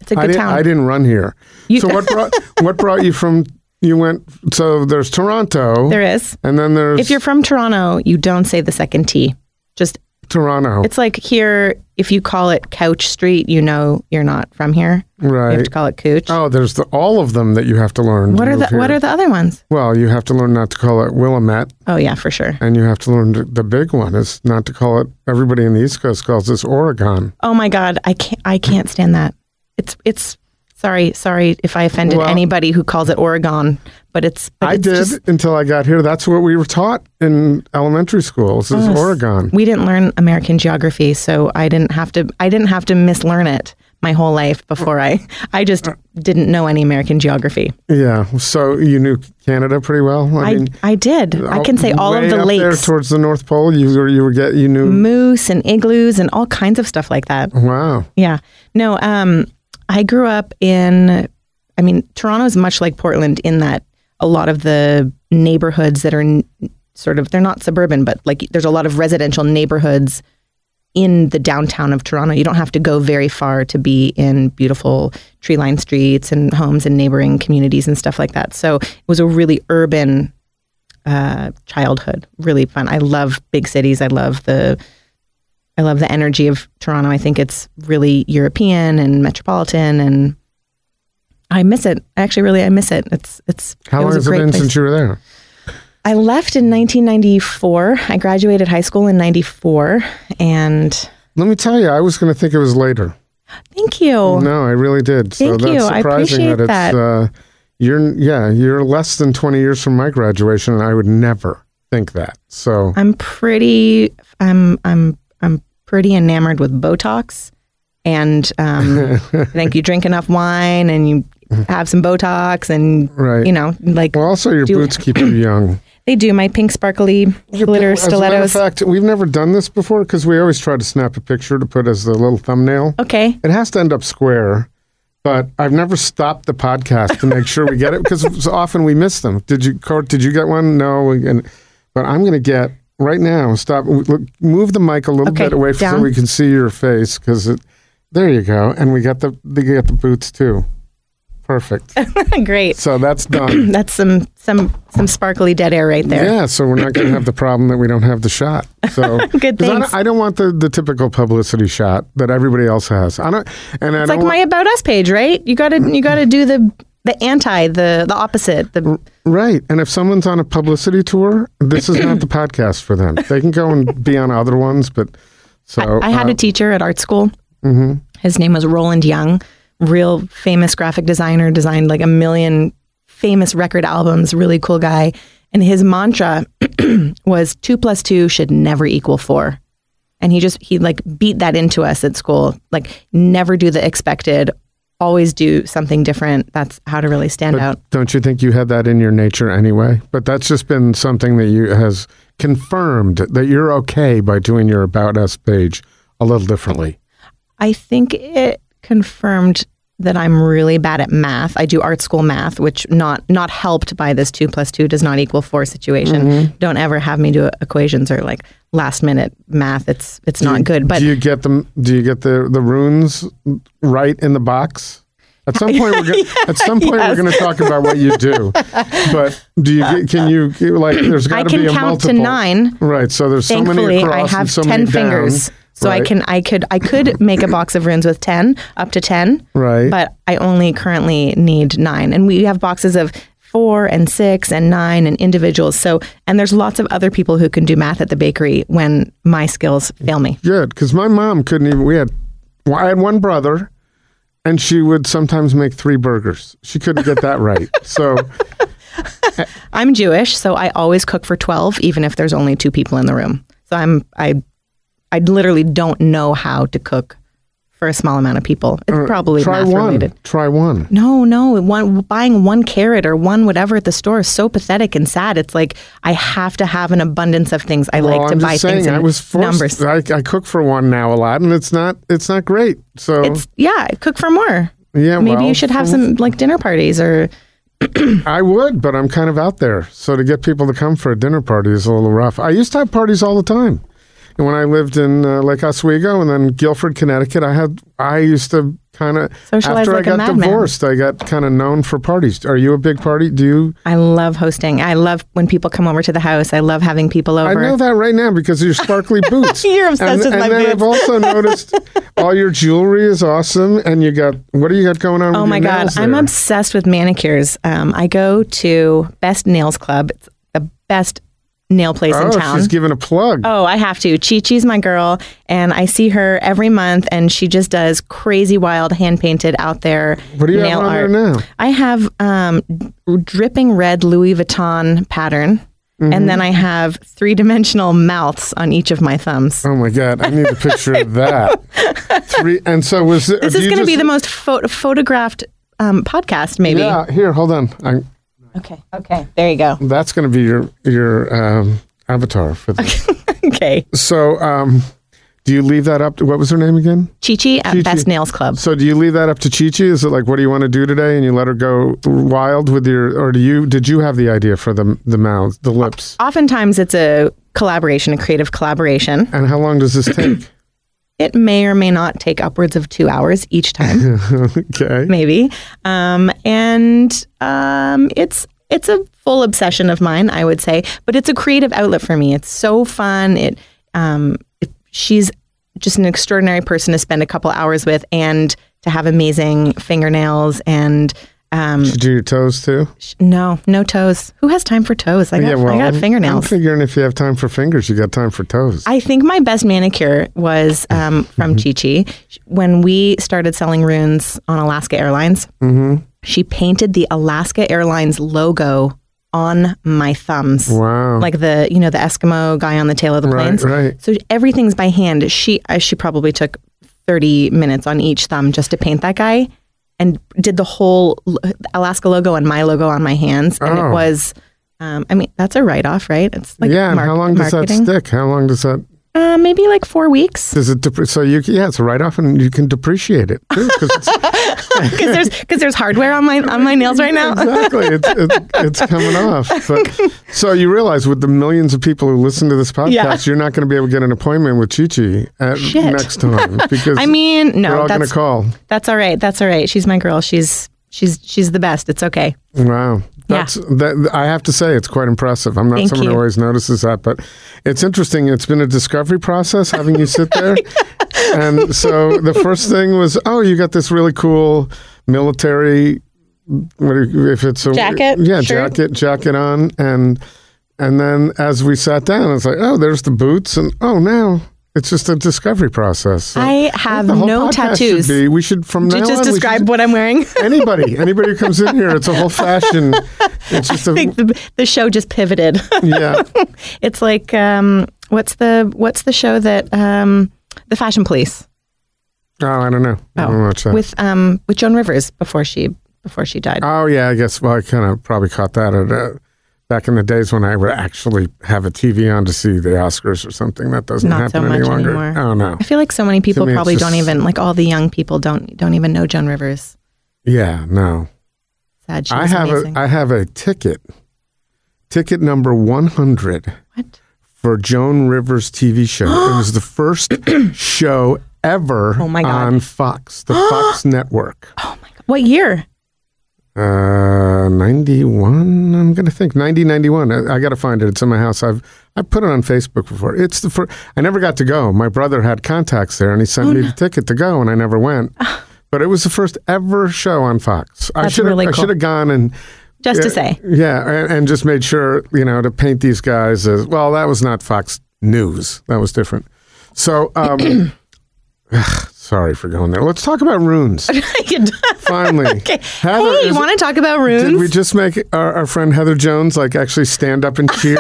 [SPEAKER 4] It's a good
[SPEAKER 2] I didn't,
[SPEAKER 4] town.
[SPEAKER 2] I didn't run here. so what brought what brought you from? You went. So there's Toronto.
[SPEAKER 4] There is.
[SPEAKER 2] And then there's
[SPEAKER 4] If you're from Toronto, you don't say the second T. Just
[SPEAKER 2] Toronto.
[SPEAKER 4] it's like here, if you call it Couch Street, you know you're not from here. You have
[SPEAKER 2] right.
[SPEAKER 4] to call it Cooch.
[SPEAKER 2] Oh, there's the, all of them that you have to learn.
[SPEAKER 4] what
[SPEAKER 2] to
[SPEAKER 4] are the
[SPEAKER 2] move here.
[SPEAKER 4] What are the other ones?
[SPEAKER 2] Well, you have to learn not to call it Willamette,
[SPEAKER 4] Oh yeah, for sure.
[SPEAKER 2] and you have to learn to, the big one is not to call it. Everybody in the East Coast calls this Oregon.
[SPEAKER 4] Oh my God, I can't I can't stand that. It's it's sorry sorry if I offended
[SPEAKER 2] Well-
[SPEAKER 4] anybody who calls it Oregon, but it's but
[SPEAKER 2] I
[SPEAKER 4] it's
[SPEAKER 2] did
[SPEAKER 4] just-
[SPEAKER 2] until I got here. That's what we were taught in elementary school. This is
[SPEAKER 4] Oh,
[SPEAKER 2] Oregon.
[SPEAKER 4] we didn't learn American geography, so I didn't have to I didn't have to mislearn it my whole life before I I just
[SPEAKER 2] Uh.
[SPEAKER 4] didn't know any American geography.
[SPEAKER 2] Yeah. So you knew Canada pretty well. I,
[SPEAKER 4] I
[SPEAKER 2] mean, oh,
[SPEAKER 4] I did. I can say all
[SPEAKER 2] way
[SPEAKER 4] of the
[SPEAKER 2] up there
[SPEAKER 4] lakes,
[SPEAKER 2] towards the North Pole. You were you were get you knew.
[SPEAKER 4] moose and igloos and all kinds of stuff like that.
[SPEAKER 2] Wow.
[SPEAKER 4] Yeah. No, um, I grew up in, I mean, Toronto is much like Portland in that a lot of the neighborhoods that are n- sort of, they're not suburban, but like there's a lot of residential neighborhoods in the downtown of Toronto. You don't have to go very far to be in beautiful tree lined streets and homes and neighboring communities and stuff like that. So it was a really urban uh, childhood. Really fun. I love big cities. I love the I love the energy of Toronto. I think it's really European and metropolitan, and I miss it. Actually, really, I miss it. It's it's.
[SPEAKER 2] How
[SPEAKER 4] it
[SPEAKER 2] long
[SPEAKER 4] was
[SPEAKER 2] has it
[SPEAKER 4] a great
[SPEAKER 2] been
[SPEAKER 4] place.
[SPEAKER 2] since you were there?
[SPEAKER 4] I left in 1994. I graduated high school in '94, and
[SPEAKER 2] Let me tell you, I was going to think it was later.
[SPEAKER 4] thank you.
[SPEAKER 2] No, I really did.
[SPEAKER 4] Thank
[SPEAKER 2] so that's
[SPEAKER 4] you. I
[SPEAKER 2] surprising
[SPEAKER 4] appreciate
[SPEAKER 2] that it's
[SPEAKER 4] that.
[SPEAKER 2] uh you're yeah, you're less than 20 years from my graduation and I would never think that. So
[SPEAKER 4] I'm pretty. I'm I'm I'm pretty enamored with Botox, and um, I think you drink enough wine and you have some Botox, and
[SPEAKER 2] Right.
[SPEAKER 4] you know, like
[SPEAKER 2] well, also your
[SPEAKER 4] Do-
[SPEAKER 2] boots keep you young.
[SPEAKER 4] they do my pink sparkly glitter
[SPEAKER 2] As a matter of
[SPEAKER 4] stilettos.
[SPEAKER 2] fact, we've never done this before because we always try to snap a picture to put as the little thumbnail.
[SPEAKER 4] Okay.
[SPEAKER 2] It has to end up square, but I've never stopped the podcast to make sure we get it because often we miss them. Did you, Court? Did you get one? No, and but I'm going to get right now. Stop. Look, move the mic a little
[SPEAKER 4] Okay,
[SPEAKER 2] bit away from so
[SPEAKER 4] down.
[SPEAKER 2] we can see your face because it. There you go, and we got the we got the boots too. Perfect.
[SPEAKER 4] Great.
[SPEAKER 2] So that's done.
[SPEAKER 4] That's some some some sparkly dead air right there.
[SPEAKER 2] Yeah, so we're not going to have the problem that we don't have the shot. So 'cause I
[SPEAKER 4] thanks.
[SPEAKER 2] don't, I don't want the, the typical publicity shot that everybody else has. I don't, and I
[SPEAKER 4] It's
[SPEAKER 2] don't
[SPEAKER 4] like my about us page, right? You got to you got to do the the anti, the the opposite. The
[SPEAKER 2] want- right. And if someone's on a publicity tour, this is not the podcast for them. They can go and be on other ones, but so Mm-hmm.
[SPEAKER 4] I had
[SPEAKER 2] uh,
[SPEAKER 4] a teacher at art school. His name was Roland Young, real famous graphic designer, designed like a million famous record albums, really cool guy. And his mantra was two plus two should never equal four. And he just, he like beat that into us at school. Like, never do the expected, always do something different. That's how to really stand out.
[SPEAKER 2] but don't you think you had that in your nature anyway? But that's just been something that you has confirmed that you're okay by doing your about us page a little differently.
[SPEAKER 4] I think it confirmed that I'm really bad at math. I do art school math, which not not helped by this two plus two does not equal four situation.
[SPEAKER 2] Mm-hmm.
[SPEAKER 4] Don't ever have me do equations or like last minute math. It's it's
[SPEAKER 2] Do
[SPEAKER 4] not
[SPEAKER 2] you-
[SPEAKER 4] good. But
[SPEAKER 2] do you get them? Do you get the the runes right in the box? At some point, we're gonna, at some point we're going to talk about what you do. But do you get, can you like? There's got
[SPEAKER 4] I
[SPEAKER 2] to
[SPEAKER 4] can
[SPEAKER 2] be a
[SPEAKER 4] count to
[SPEAKER 2] multiple.
[SPEAKER 4] nine.
[SPEAKER 2] Right. So there's so many
[SPEAKER 4] Thankfully, I
[SPEAKER 2] across
[SPEAKER 4] have
[SPEAKER 2] and so
[SPEAKER 4] ten
[SPEAKER 2] many down.
[SPEAKER 4] fingers, so I
[SPEAKER 2] Right.
[SPEAKER 4] can I could I could make a box of runes with ten up to ten.
[SPEAKER 2] Right.
[SPEAKER 4] But I only currently need nine, and we have boxes of four and six and nine and individuals. So and there's lots of other people who can do math at the bakery when my skills fail me.
[SPEAKER 2] Good, because my mom couldn't even. We had, well, I had one brother, and she would sometimes make three burgers. She couldn't get that right. So
[SPEAKER 4] I'm Jewish, so I always cook for twelve, even if there's only two people in the room. So I'm I I literally don't know how to cook for a small amount of people. It's probably
[SPEAKER 2] Uh, Try
[SPEAKER 4] math
[SPEAKER 2] one.
[SPEAKER 4] related.
[SPEAKER 2] Try one.
[SPEAKER 4] No, no. One buying one carrot or one whatever at the store is so pathetic and sad. It's like I have to have an abundance of things. I
[SPEAKER 2] Well,
[SPEAKER 4] like to
[SPEAKER 2] I'm
[SPEAKER 4] buy
[SPEAKER 2] just saying,
[SPEAKER 4] things in
[SPEAKER 2] I was forced.
[SPEAKER 4] numbers.
[SPEAKER 2] I, I cook for one now a lot, and it's not it's not great. So
[SPEAKER 4] It's yeah, cook for more.
[SPEAKER 2] Yeah,
[SPEAKER 4] maybe
[SPEAKER 2] well, mm,
[SPEAKER 4] you should have some like dinner parties or
[SPEAKER 2] I would, but I'm kind of out there. So to get people to come for a dinner party is a little rough. I used to have parties all the time. And when I lived in uh, Lake Oswego and then Guilford, Connecticut, I had I used to kind of
[SPEAKER 4] Socialize
[SPEAKER 2] after
[SPEAKER 4] like a
[SPEAKER 2] I got
[SPEAKER 4] madman.
[SPEAKER 2] divorced, I got kind of known for parties. Are you a big party? Do you
[SPEAKER 4] I love hosting. I love when people come over to the house. I love having people over.
[SPEAKER 2] I know that right now because of your sparkly boots.
[SPEAKER 4] You're obsessed
[SPEAKER 2] and,
[SPEAKER 4] with
[SPEAKER 2] and
[SPEAKER 4] my
[SPEAKER 2] then
[SPEAKER 4] boots.
[SPEAKER 2] I've also noticed all your jewelry is awesome, and you got what do you got going on?
[SPEAKER 4] Oh
[SPEAKER 2] with
[SPEAKER 4] my
[SPEAKER 2] your
[SPEAKER 4] god,
[SPEAKER 2] nails
[SPEAKER 4] I'm
[SPEAKER 2] there?
[SPEAKER 4] obsessed with manicures. Um, I go to Best Nails Club. It's the best nail place in
[SPEAKER 2] Oh,
[SPEAKER 4] town.
[SPEAKER 2] she's giving a plug.
[SPEAKER 4] Oh, I have to. Chi Chi's my girl, and I see her every month, and she just does crazy, wild, hand painted out there
[SPEAKER 2] What do you have
[SPEAKER 4] nail
[SPEAKER 2] on there
[SPEAKER 4] art.
[SPEAKER 2] now?
[SPEAKER 4] I have um, dripping red Louis Vuitton pattern, and then I
[SPEAKER 2] Mm-hmm.
[SPEAKER 4] have three dimensional mouths on each of my thumbs.
[SPEAKER 2] Oh my God! I need a picture of that. Three and so was it,
[SPEAKER 4] This
[SPEAKER 2] do
[SPEAKER 4] is
[SPEAKER 2] you
[SPEAKER 4] going to be
[SPEAKER 2] just-
[SPEAKER 4] the most pho- photographed um, podcast, maybe.
[SPEAKER 2] Yeah, here, hold on. I,
[SPEAKER 4] Okay. Okay. There you go.
[SPEAKER 2] that's going to be your your um, avatar for this.
[SPEAKER 4] okay.
[SPEAKER 2] So, um, do you leave that up? To, what was her name again?
[SPEAKER 4] Chi Chi at
[SPEAKER 2] Chi Chi.
[SPEAKER 4] Best Nails Club.
[SPEAKER 2] So, do you leave that up to Chi Chi? Is it like, what do you want to do today? And you let her go wild with your, or do you? Did you have the idea for the the mouth, the lips?
[SPEAKER 4] Oftentimes, it's a collaboration, a creative collaboration.
[SPEAKER 2] And how long does this take?
[SPEAKER 4] It may or may not take upwards of two hours each time,
[SPEAKER 2] okay.
[SPEAKER 4] maybe. Um, and um, it's it's a full obsession of mine, I would say, but it's a creative outlet for me. It's so fun. It, um, it she's just an extraordinary person to spend a couple hours with, and to have amazing fingernails and. Um,
[SPEAKER 2] Did you do your toes too?
[SPEAKER 4] sh- no, no toes. Who has time for toes? I got, I got
[SPEAKER 2] I'm-
[SPEAKER 4] fingernails.
[SPEAKER 2] I'm figuring if you have time for fingers, you got time for toes.
[SPEAKER 4] I think my best manicure was um, from Chi
[SPEAKER 2] Mm-hmm.
[SPEAKER 4] Chi. When we started selling runes on Alaska Airlines,
[SPEAKER 2] Mm-hmm.
[SPEAKER 4] she painted the Alaska Airlines logo on my thumbs.
[SPEAKER 2] wow.
[SPEAKER 4] Like the you know the Eskimo guy on the tail of the
[SPEAKER 2] Right,
[SPEAKER 4] planes,
[SPEAKER 2] right.
[SPEAKER 4] So everything's by hand. She uh, she probably took thirty minutes on each thumb just to paint that guy, and did the whole l- Alaska logo and my logo on my hands. And
[SPEAKER 2] Oh.
[SPEAKER 4] it was, um, I mean, that's a write off, right? It's like
[SPEAKER 2] yeah. And
[SPEAKER 4] mark-
[SPEAKER 2] how long does
[SPEAKER 4] marketing.
[SPEAKER 2] that stick? How long does that?
[SPEAKER 4] Uh, maybe like four weeks
[SPEAKER 2] Does it dep- so you yeah it's a write off and you can depreciate it too 'cause it's,
[SPEAKER 4] because there's because there's hardware on my on my nails right now.
[SPEAKER 2] exactly it's, it's, it's coming off. But, so you realize with the millions of people who listen to this podcast,
[SPEAKER 4] Yeah.
[SPEAKER 2] you're not going to be able to get an appointment with Chi Chi at
[SPEAKER 4] Shit.
[SPEAKER 2] next time because
[SPEAKER 4] I mean,
[SPEAKER 2] we're
[SPEAKER 4] no,
[SPEAKER 2] all going to
[SPEAKER 4] that's
[SPEAKER 2] call.
[SPEAKER 4] that's all right. That's all right. She's my girl. She's she's she's the best. It's okay.
[SPEAKER 2] Wow. That's that I have to say it's quite impressive. I'm not
[SPEAKER 4] Thank
[SPEAKER 2] someone who
[SPEAKER 4] you.
[SPEAKER 2] always notices that, but it's interesting. It's been a discovery process having you sit there. and so the first thing was, oh, you got this really cool military what do you- if it's a
[SPEAKER 4] Jacket,
[SPEAKER 2] Yeah,
[SPEAKER 4] shirt.
[SPEAKER 2] jacket, jacket on and and then as we sat down, it's like, oh, there's the boots and oh now it's just a discovery process. So
[SPEAKER 4] I have
[SPEAKER 2] the whole
[SPEAKER 4] no
[SPEAKER 2] podcast should
[SPEAKER 4] tattoos.
[SPEAKER 2] be- we should from now
[SPEAKER 4] Did you just
[SPEAKER 2] on, we should
[SPEAKER 4] describe what I'm wearing?
[SPEAKER 2] anybody anybody who comes in here it's a whole fashion it's just
[SPEAKER 4] I
[SPEAKER 2] a
[SPEAKER 4] think the, the show just pivoted.
[SPEAKER 2] yeah
[SPEAKER 4] it's like um, what's the what's the show that um, the Fashion Police?
[SPEAKER 2] oh i don't know i don't watch that
[SPEAKER 4] with um, with Joan Rivers before she before she died.
[SPEAKER 2] oh yeah i guess well i kind of probably caught that at uh, back in the days when i would actually have a tv on to see the oscars or something that doesn't
[SPEAKER 4] Not so
[SPEAKER 2] happen any
[SPEAKER 4] much
[SPEAKER 2] longer
[SPEAKER 4] anymore.
[SPEAKER 2] oh no
[SPEAKER 4] I feel like so many people
[SPEAKER 2] me, it's
[SPEAKER 4] probably don't
[SPEAKER 2] just-
[SPEAKER 4] even like all the young people don't don't even know Joan Rivers.
[SPEAKER 2] yeah no
[SPEAKER 4] Sad, she
[SPEAKER 2] i
[SPEAKER 4] was
[SPEAKER 2] have
[SPEAKER 4] amazing.
[SPEAKER 2] a i have a ticket ticket number 100
[SPEAKER 4] what?
[SPEAKER 2] for joan rivers tv show it was the first show ever
[SPEAKER 4] Oh, my God.
[SPEAKER 2] on fox the fox network
[SPEAKER 4] What year?
[SPEAKER 2] Uh, 91 i'm gonna think 90 91 i, I gotta find it it's in my house i've i put it on facebook before it's the first i never got to go my brother had contacts there and he
[SPEAKER 4] Oh,
[SPEAKER 2] sent me the ticket to go and i never went but it was the first ever show on fox i
[SPEAKER 4] Ah. That's
[SPEAKER 2] should have
[SPEAKER 4] really
[SPEAKER 2] i
[SPEAKER 4] cool.
[SPEAKER 2] should have gone and
[SPEAKER 4] Just to
[SPEAKER 2] yeah,
[SPEAKER 4] say.
[SPEAKER 2] yeah and, and just made sure you know to paint these guys as well that was not fox news that was different so um sorry for going there let's talk about runes finally
[SPEAKER 4] okay.
[SPEAKER 2] Heather,
[SPEAKER 4] hey,
[SPEAKER 2] is
[SPEAKER 4] you
[SPEAKER 2] it-
[SPEAKER 4] want to talk about runes?
[SPEAKER 2] did we just make our, our friend Heather Jones like actually stand up and cheer?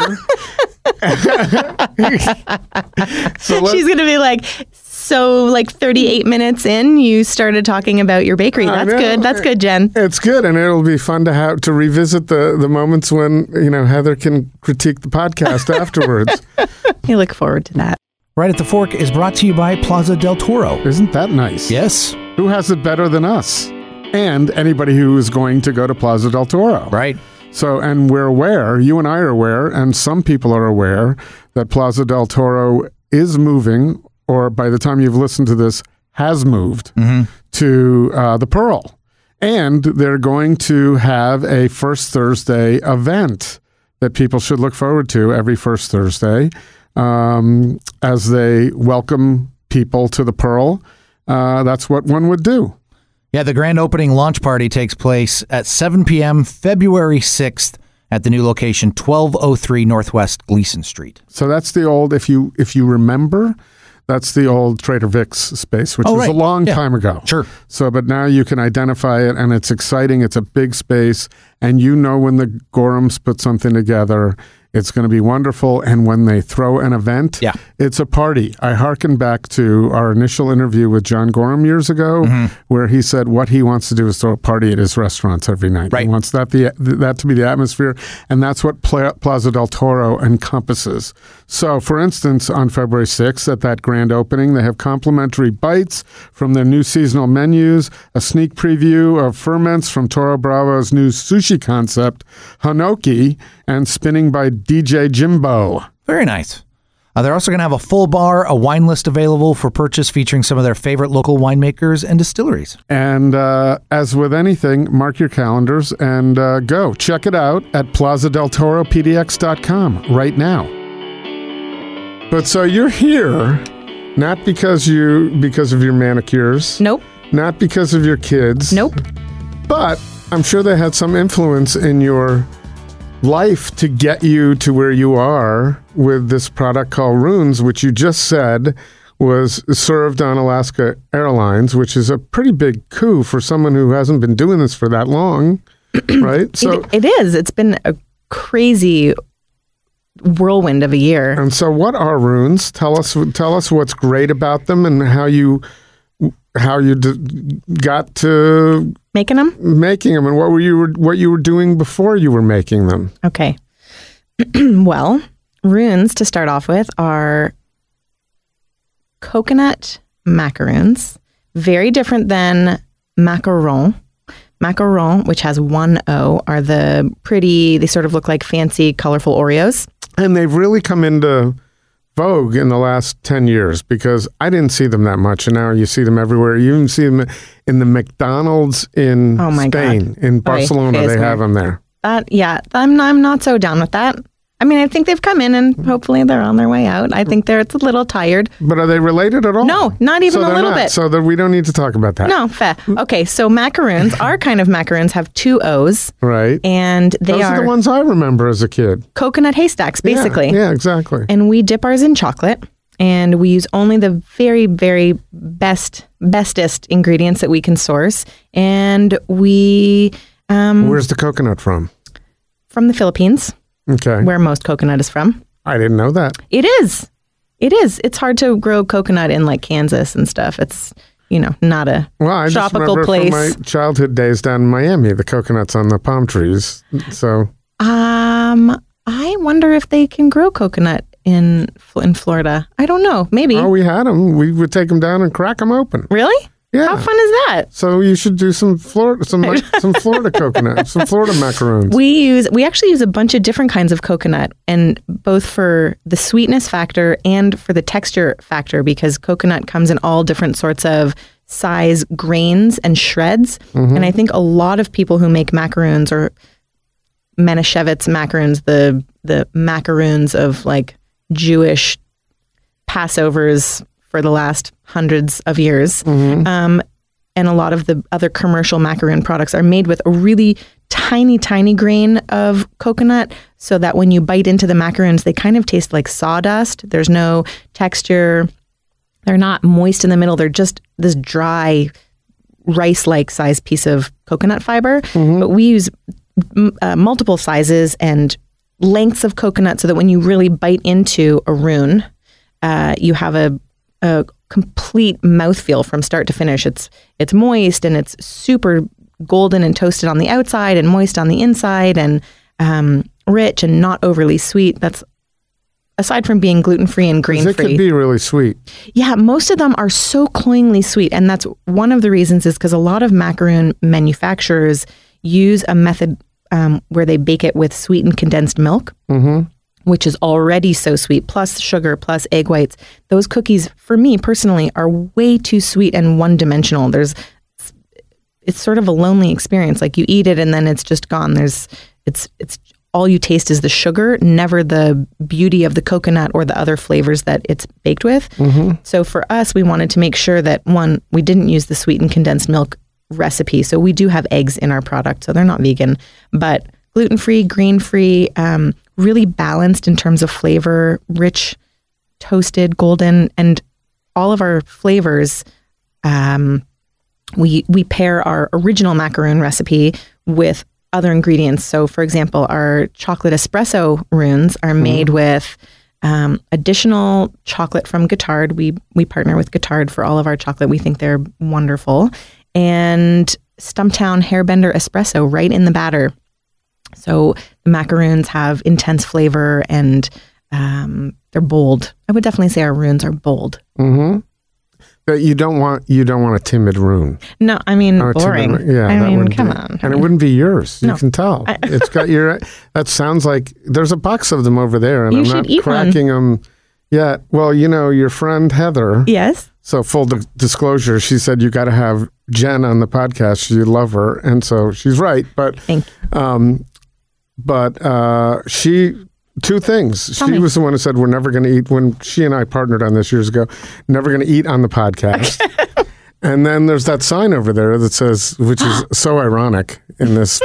[SPEAKER 2] so let-
[SPEAKER 4] She's gonna be like, So, like 38 minutes in, you started talking about your bakery.
[SPEAKER 2] I
[SPEAKER 4] That's
[SPEAKER 2] know.
[SPEAKER 4] good. That's good, Jen.
[SPEAKER 2] It's good, and it'll be fun to have to revisit the the moments when you know Heather can critique the podcast afterwards.
[SPEAKER 4] I look forward to that.
[SPEAKER 1] Right at the Fork is brought to you by Plaza del Toro.
[SPEAKER 2] Isn't that nice?
[SPEAKER 1] Yes.
[SPEAKER 2] Who has it better than us? And anybody who is going to go to Plaza del Toro.
[SPEAKER 1] Right.
[SPEAKER 2] So, and we're aware, you and I are aware, and some people are aware that Plaza del Toro is moving, or by the time you've listened to this, has moved to uh, the Pearl. And they're going to have a First Thursday event that people should look forward to every First Thursday um, as they welcome people to the Pearl. Uh, that's what one would do.
[SPEAKER 1] Yeah, the grand opening launch party takes place at 7 p.m. February 6th at the new location, 1203 Northwest Gleason Street.
[SPEAKER 2] So that's the old if you if you remember, that's the old Trader Vic's space, which
[SPEAKER 1] Oh,
[SPEAKER 2] was a
[SPEAKER 1] right.
[SPEAKER 2] long
[SPEAKER 1] Yeah.
[SPEAKER 2] time ago.
[SPEAKER 1] Sure.
[SPEAKER 2] So but now you can identify it and it's exciting, it's a big space, and you know when the Gorums put something together, it's gonna be wonderful. And when they throw an event,
[SPEAKER 1] Yeah.
[SPEAKER 2] it's a party. I hearken back to our initial interview with John Gorham years ago, where he said what he wants to do is throw a party at his restaurants every night.
[SPEAKER 1] Right.
[SPEAKER 2] He wants that the that to be the atmosphere, and that's what Pla- Plaza del Toro encompasses. So, for instance, on February 6th at that grand opening, they have complimentary bites from their new seasonal menus, a sneak preview of ferments from Toro Bravo's new sushi concept, Hanoki, and spinning by DJ Jimbo.
[SPEAKER 1] Very nice. Uh, they're also going to have a full bar, a wine list available for purchase featuring some of their favorite local winemakers and distilleries.
[SPEAKER 2] And uh, as with anything, mark your calendars and uh, go. Check it out at plazadeltoropdx.com right now. But so you're here not because you because of your manicures,
[SPEAKER 4] Nope.
[SPEAKER 2] not because of your kids.
[SPEAKER 4] Nope.
[SPEAKER 2] But I'm sure they had some influence in your life to get you to where you are with this product called Runes, which you just said was served on Alaska Airlines, which is a pretty big coup for someone who hasn't been doing this for that long, right? So,
[SPEAKER 4] it is. It's been a crazy whirlwind of a year.
[SPEAKER 2] and so, what are runes? Tell us, tell us what's great about them and how you how you d- got to
[SPEAKER 4] Making them?
[SPEAKER 2] making them, and what were you were, what you were doing before you were making them.
[SPEAKER 4] Okay. well, runes to start off with are coconut macaroons, very different than macaron. Macaron, which has one O, are the pretty, they sort of look like fancy, colorful Oreos.
[SPEAKER 2] and they've really come into vogue in the last 10 years because I didn't see them that much and now you see them everywhere. You even see them in the McDonald's in
[SPEAKER 4] Oh my
[SPEAKER 2] Spain,
[SPEAKER 4] God.
[SPEAKER 2] in
[SPEAKER 4] Oy,
[SPEAKER 2] Barcelona they
[SPEAKER 4] is
[SPEAKER 2] have them there.
[SPEAKER 4] That, yeah, I'm, I'm not so down with that. I mean, I think they've come in and hopefully they're on their way out. I think they're, it's a little tired.
[SPEAKER 2] But are they related at all?
[SPEAKER 4] No, not
[SPEAKER 2] So
[SPEAKER 4] even a
[SPEAKER 2] they're
[SPEAKER 4] little
[SPEAKER 2] not,
[SPEAKER 4] bit.
[SPEAKER 2] So that we don't need to talk about that.
[SPEAKER 4] No, fair. Okay, so macaroons, our kind of macaroons have two O's,
[SPEAKER 2] Right?
[SPEAKER 4] and they
[SPEAKER 2] Those are, the ones I remember as a kid.
[SPEAKER 4] coconut haystacks,
[SPEAKER 2] Yeah,
[SPEAKER 4] basically.
[SPEAKER 2] Yeah, exactly.
[SPEAKER 4] And we dip ours in chocolate, and we use only the very, very best, bestest ingredients that we can source. And we, um,
[SPEAKER 2] Where's the coconut from?
[SPEAKER 4] from the Philippines,
[SPEAKER 2] Okay.
[SPEAKER 4] where most coconut is from.
[SPEAKER 2] I didn't know that.
[SPEAKER 4] It is. It is. It's hard to grow coconut in like Kansas and stuff. It's, you know, not a
[SPEAKER 2] Well, I just
[SPEAKER 4] tropical
[SPEAKER 2] remember
[SPEAKER 4] place.
[SPEAKER 2] from my childhood days down in Miami, the coconuts on the palm trees. So
[SPEAKER 4] Um, I wonder if they can grow coconut in Fl- in Florida. I don't know. Maybe.
[SPEAKER 2] Oh, we had them. We would take them down and crack them open.
[SPEAKER 4] really?
[SPEAKER 2] Yeah.
[SPEAKER 4] How fun is that?
[SPEAKER 2] So you should do some Florida, some mac- some Florida coconut, some Florida macaroons.
[SPEAKER 4] We use we actually use a bunch of different kinds of coconut, and both for the sweetness factor and for the texture factor, because coconut comes in all different sorts of size grains and shreds. And I think a lot of people who make macaroons or Manischewitz macaroons, the the macaroons of like Jewish Passovers for the last hundreds of years. Um, and a lot of the other commercial macaroon products are made with a really tiny, tiny grain of coconut so that when you bite into the macaroons, they kind of taste like sawdust. There's no texture. They're not moist in the middle. They're just this dry, rice like size piece of coconut fiber.
[SPEAKER 2] Mm-hmm.
[SPEAKER 4] But we use m- uh, multiple sizes and lengths of coconut so that when you really bite into a rune, uh, you have a, a complete mouthfeel from start to finish. It's it's moist and it's super golden and toasted on the outside and moist on the inside and um, rich and not overly sweet. That's aside from being gluten free and grain
[SPEAKER 2] 'Cause it
[SPEAKER 4] free.
[SPEAKER 2] could be really sweet.
[SPEAKER 4] Yeah, most of them are so cloyingly sweet. And that's one of the reasons is because a lot of macaroon manufacturers use a method um, where they bake it with sweetened condensed milk, which is already so sweet, plus sugar, plus egg whites. Those cookies, for me personally, are way too sweet and one dimensional. There's, it's sort of a lonely experience. Like you eat it and then it's just gone. There's, it's, it's, all you taste is the sugar, never the beauty of the coconut or the other flavors that it's baked with. So for us, we wanted to make sure that one, we didn't use the sweetened condensed milk recipe. So we do have eggs in our product, so they're not vegan, but gluten free, grain free, um, really balanced in terms of flavor, rich, toasted, golden, and all of our flavors. Um, we we pair our original macaroon recipe with other ingredients. So, for example, our chocolate espresso runes
[SPEAKER 2] Mm-hmm.
[SPEAKER 4] are made with um, additional chocolate from Guittard. We we partner with Guittard for all of our chocolate. We think they're wonderful, and Stumptown Hairbender espresso right in the batter. So the macaroons have intense flavor and um, they're bold. I would definitely say our runes are bold.
[SPEAKER 2] But you don't want you don't want a timid rune.
[SPEAKER 4] No, I mean
[SPEAKER 2] Or Oh, a timid
[SPEAKER 4] boring.
[SPEAKER 2] rune. yeah,
[SPEAKER 4] I
[SPEAKER 2] that
[SPEAKER 4] mean,
[SPEAKER 2] wouldn't
[SPEAKER 4] come
[SPEAKER 2] be-
[SPEAKER 4] on.
[SPEAKER 2] and it wouldn't be yours. You
[SPEAKER 4] No.
[SPEAKER 2] can tell it's got your. That sounds like there's a box of them over there, and
[SPEAKER 4] You
[SPEAKER 2] I'm
[SPEAKER 4] should
[SPEAKER 2] not
[SPEAKER 4] eat one.
[SPEAKER 2] cracking them yet. Well, you know your friend Heather.
[SPEAKER 4] Yes.
[SPEAKER 2] So full di- disclosure, she said you got to have Jen on the podcast. You love her, and so she's right. But
[SPEAKER 4] Thank
[SPEAKER 2] um, but uh, she two things.
[SPEAKER 4] Tell
[SPEAKER 2] she
[SPEAKER 4] me.
[SPEAKER 2] was the one who said we're never going to eat when she and I partnered on this years ago. Never going to eat on the podcast. and then there's that sign over there that says, which is so ironic in this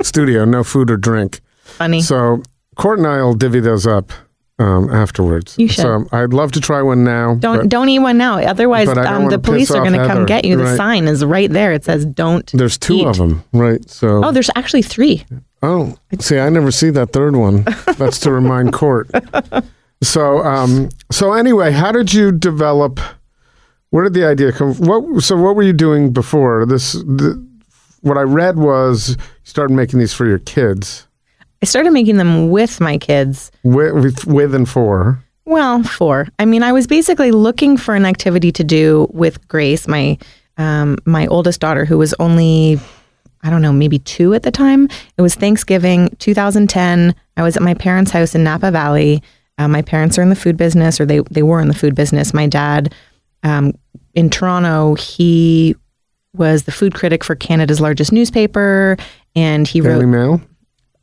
[SPEAKER 2] studio, no food or drink.
[SPEAKER 4] Funny.
[SPEAKER 2] So Court and I will divvy those up um, afterwards.
[SPEAKER 4] You should.
[SPEAKER 2] So I'd love to try one now.
[SPEAKER 4] Don't
[SPEAKER 2] but-
[SPEAKER 4] don't eat one now. Otherwise,
[SPEAKER 2] but I don't
[SPEAKER 4] um,
[SPEAKER 2] wanna
[SPEAKER 4] the police
[SPEAKER 2] piss
[SPEAKER 4] are
[SPEAKER 2] off
[SPEAKER 4] going to
[SPEAKER 2] Heather.
[SPEAKER 4] come get you. The
[SPEAKER 2] Right.
[SPEAKER 4] sign is right there. It says don't.
[SPEAKER 2] There's two
[SPEAKER 4] eat.
[SPEAKER 2] of them, right? So
[SPEAKER 4] Oh, there's actually three.
[SPEAKER 2] oh, see, I never see that third one. That's to remind court. So um, so anyway, how did you develop? Where did the idea come? What so what were you doing before this? The, what I read was you started making these for your kids
[SPEAKER 4] I started making them with my kids.
[SPEAKER 2] with with, with and for.
[SPEAKER 4] Well, four. I mean, I was basically looking for an activity to do with Grace, my um, my oldest daughter, who was only I don't know, maybe two at the time. It was Thanksgiving 2010. I was at my parents' house in Napa Valley. Uh, my parents are in the food business, or they they were in the food business. My dad um, in Toronto, he was the food critic for Canada's largest newspaper, and he
[SPEAKER 2] Daily
[SPEAKER 4] wrote
[SPEAKER 2] Mail.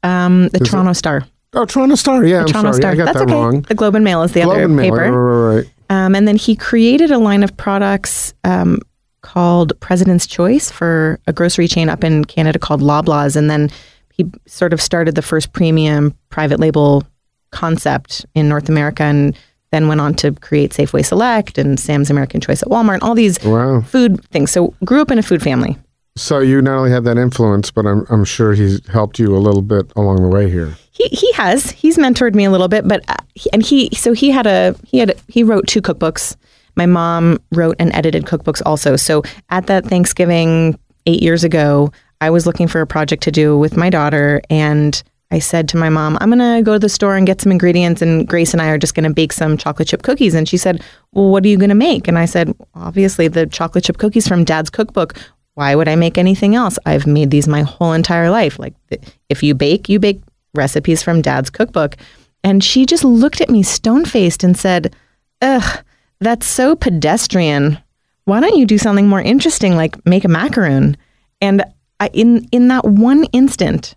[SPEAKER 4] um, the Toronto Star.
[SPEAKER 2] Oh, Toronto Star. Yeah, I'm
[SPEAKER 4] Toronto
[SPEAKER 2] sorry,
[SPEAKER 4] Star.
[SPEAKER 2] I got
[SPEAKER 4] That's
[SPEAKER 2] that
[SPEAKER 4] okay.
[SPEAKER 2] wrong.
[SPEAKER 4] The Globe and Mail is the
[SPEAKER 2] Globe
[SPEAKER 4] other
[SPEAKER 2] and Mail.
[SPEAKER 4] paper.
[SPEAKER 2] Right, right, right.
[SPEAKER 4] Um, and then he created a line of products um, called President's Choice for a grocery chain up in Canada called Loblaws. And then he sort of started the first premium private label concept in North America and then went on to create Safeway Select and Sam's American Choice at Walmart and all these
[SPEAKER 2] Wow.
[SPEAKER 4] food things. So grew up in a food family.
[SPEAKER 2] So you not only had that influence, but I'm I'm sure he's helped you a little bit along the way here.
[SPEAKER 4] He, he has he's mentored me a little bit but uh, he, and he so he had a he had he wrote two cookbooks my mom wrote and edited cookbooks also so at that thanksgiving eight years ago i was looking for a project to do with my daughter and i said to my mom i'm going to go to the store and get some ingredients and grace and i are just going to bake some chocolate chip cookies and she said well what are you going to make and i said obviously the chocolate chip cookies from dad's cookbook why would i make anything else i've made these my whole entire life like th- if you bake you bake recipes from dad's cookbook. And she just looked at me stone faced and said, Ugh, that's so pedestrian. Why don't you do something more interesting like make a macaroon? And I, in, in that one instant,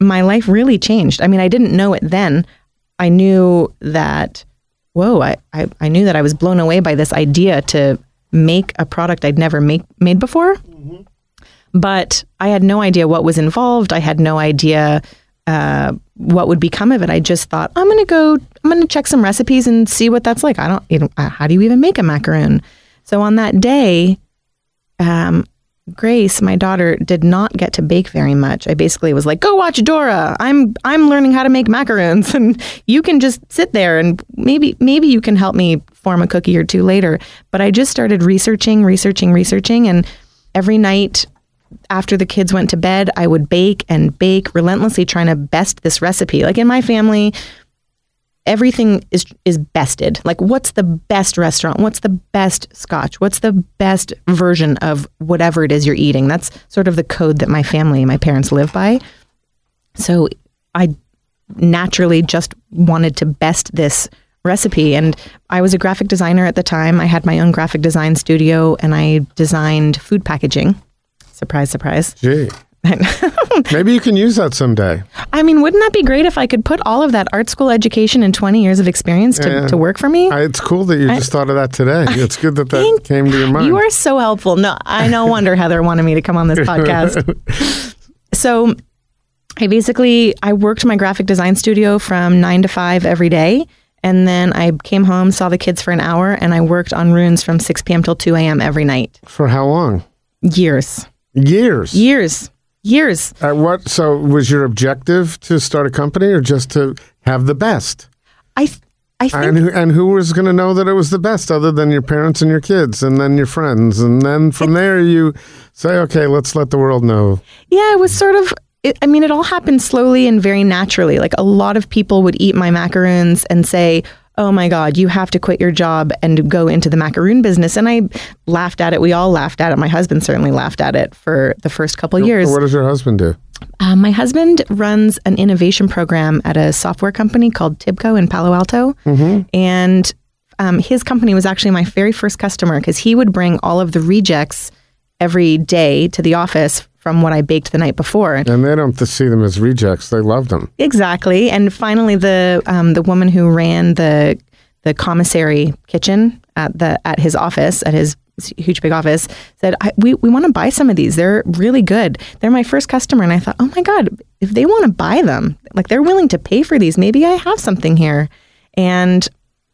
[SPEAKER 4] my life really changed. I mean, I didn't know it then. I knew that, whoa, I, I, I knew that I was blown away by this idea to make a product I'd never make, made before but I had no idea what was involved. I had no idea uh, what would become of it. I just thought I'm going to go. I'm going to check some recipes and see what that's like. I don't. You know, uh, how do you even make a macaroon? So on that day, um, Grace, my daughter, did not get to bake very much. I basically was like, "Go watch Dora. I'm I'm learning how to make macarons, and you can just sit there and maybe maybe you can help me form a cookie or two later." But I just started researching, researching, researching, and every night after the kids went to bed, I would bake and bake relentlessly, trying to best this recipe. Like in my family, everything is is bested. Like what's the best restaurant? What's the best scotch? What's the best version of whatever it is you're eating? That's sort of the code that my family, my parents live by. So I naturally just wanted to best this recipe and I was a graphic designer at the time. I had my own graphic design studio and I designed food packaging. Surprise surprise.
[SPEAKER 2] Gee. Maybe you can use that someday.
[SPEAKER 4] I mean, wouldn't that be great if I could put all of that art school education and 20 years of experience to,
[SPEAKER 2] Yeah.
[SPEAKER 4] to work for me?
[SPEAKER 2] I, it's cool that you just thought of that today. It's good that that
[SPEAKER 4] Thank-
[SPEAKER 2] came to your mind.
[SPEAKER 4] You are so helpful. No, I no wonder Heather wanted me to come on this podcast. so I basically I worked my graphic design studio from nine to five every day. And then I came home, saw the kids for an hour, and I worked on runes from 6 p.m. till 2 a.m. every night.
[SPEAKER 2] For how long?
[SPEAKER 4] Years,
[SPEAKER 2] Years.
[SPEAKER 4] years, years.
[SPEAKER 2] At what? So was your objective to start a company or just to have the best?
[SPEAKER 4] I, th- I think
[SPEAKER 2] And who, and who was going to know that it was the best other than your parents and your kids and then your friends? And then from there you say, okay, let's let the world know.
[SPEAKER 4] Yeah, it was sort of. It, I mean, it all happened slowly and very naturally. Like a lot of people would eat my macaroons and say, "Oh my God, you have to quit your job and go into the macaroon business." And I laughed at it. We all laughed at it. My husband certainly laughed at it for the first couple years.
[SPEAKER 2] What does your husband do?
[SPEAKER 4] Uh, my husband runs an innovation program at a software company called Tibco in Palo Alto, and um, his company was actually my very first customer because he would bring all of the rejects every day to the office from what I baked the night before.
[SPEAKER 2] And they don't see them as rejects. They love them.
[SPEAKER 4] Exactly. And finally, the um, the woman who ran the the commissary kitchen at the at his office at his huge big office said, I, "We we want to buy some of these. They're really good. They're my first customer." And I thought, "Oh my god, if they want to buy them, like they're willing to pay for these, maybe I have something here." And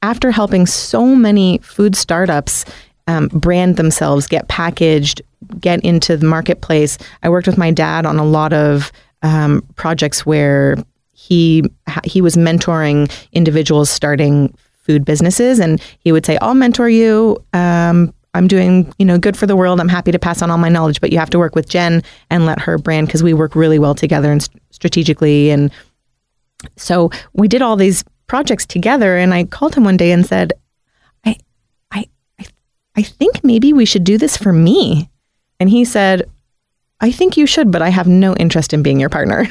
[SPEAKER 4] after helping so many food startups um, brand themselves, get packaged, get into the marketplace, I worked with my dad on a lot of um, projects where he he was mentoring individuals starting food businesses, and he would say, "I'll mentor you." Um, I'm doing, you know, good for the world. I'm happy to pass on all my knowledge, but you have to work with Jen and let her brand because we work really well together and st- strategically and so we did all these projects together and I called him one day and said, I I I, I think maybe we should do this for me. And he said, I think you should, but I have no interest in being your partner.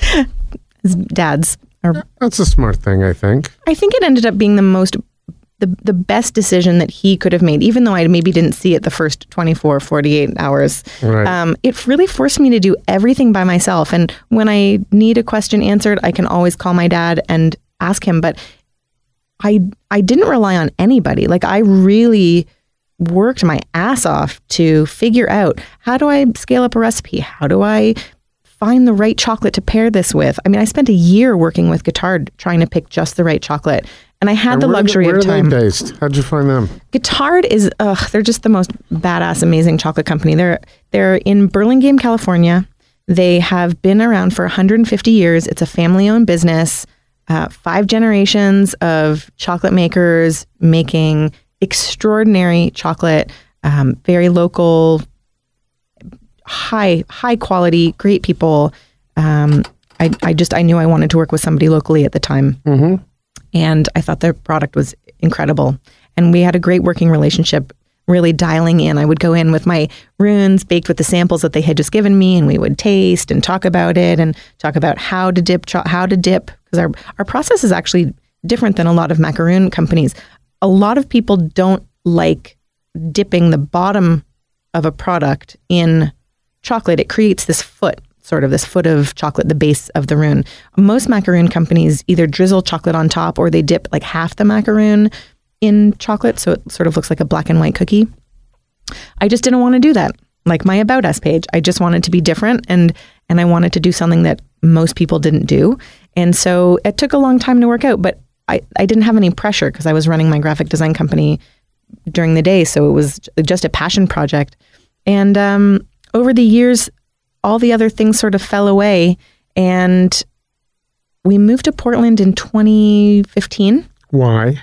[SPEAKER 4] His dad's or
[SPEAKER 2] That's a smart thing, I think.
[SPEAKER 4] I think it ended up being the most the, the best decision that he could have made, even though I maybe didn't see it the first 24, 48 hours.
[SPEAKER 2] Right.
[SPEAKER 4] Um, it really forced me to do everything by myself. And when I need a question answered, I can always call my dad and ask him. But I I didn't rely on anybody. Like I really worked my ass off to figure out how do I scale up a recipe? How do I find the right chocolate to pair this with? I mean, I spent a year working with Guitard trying to pick just the right chocolate. And I had
[SPEAKER 2] And
[SPEAKER 4] the
[SPEAKER 2] where-
[SPEAKER 4] luxury
[SPEAKER 2] where
[SPEAKER 4] of
[SPEAKER 2] Are
[SPEAKER 4] time.
[SPEAKER 2] they based? How'd you find them?
[SPEAKER 4] Guitard is ugh, they're just the most badass, amazing chocolate company. They're they're in Burlingame, California. They have been around for 150 years. It's a family-owned business. Uh, five generations of chocolate makers making extraordinary chocolate. Um, very local, high high quality, great people. Um, I I just I knew I wanted to work with somebody locally at the time and I thought their product was incredible. And we had a great working relationship, really dialing in. I would go in with my runes baked with the samples that they had just given me, and we would taste and talk about it and talk about how to dip, cho- how to dip, because our, our process is actually different than a lot of macaroon companies. A lot of people don't like dipping the bottom of a product in chocolate, it creates this foot, sort of this foot of chocolate, the base of the rune. Most macaroon companies either drizzle chocolate on top or they dip like half the macaroon in chocolate, so it sort of looks like a black and white cookie. I just didn't want to do that. Like my about us page, I just wanted to be different and and I wanted to do something that most people didn't do. And so it took a long time to work out, but I, I didn't have any pressure because I was running my graphic design company during the day, so it was j- just a passion project. And um, over the years, all the other things sort of fell away. And we moved to Portland in 2015.
[SPEAKER 2] Why?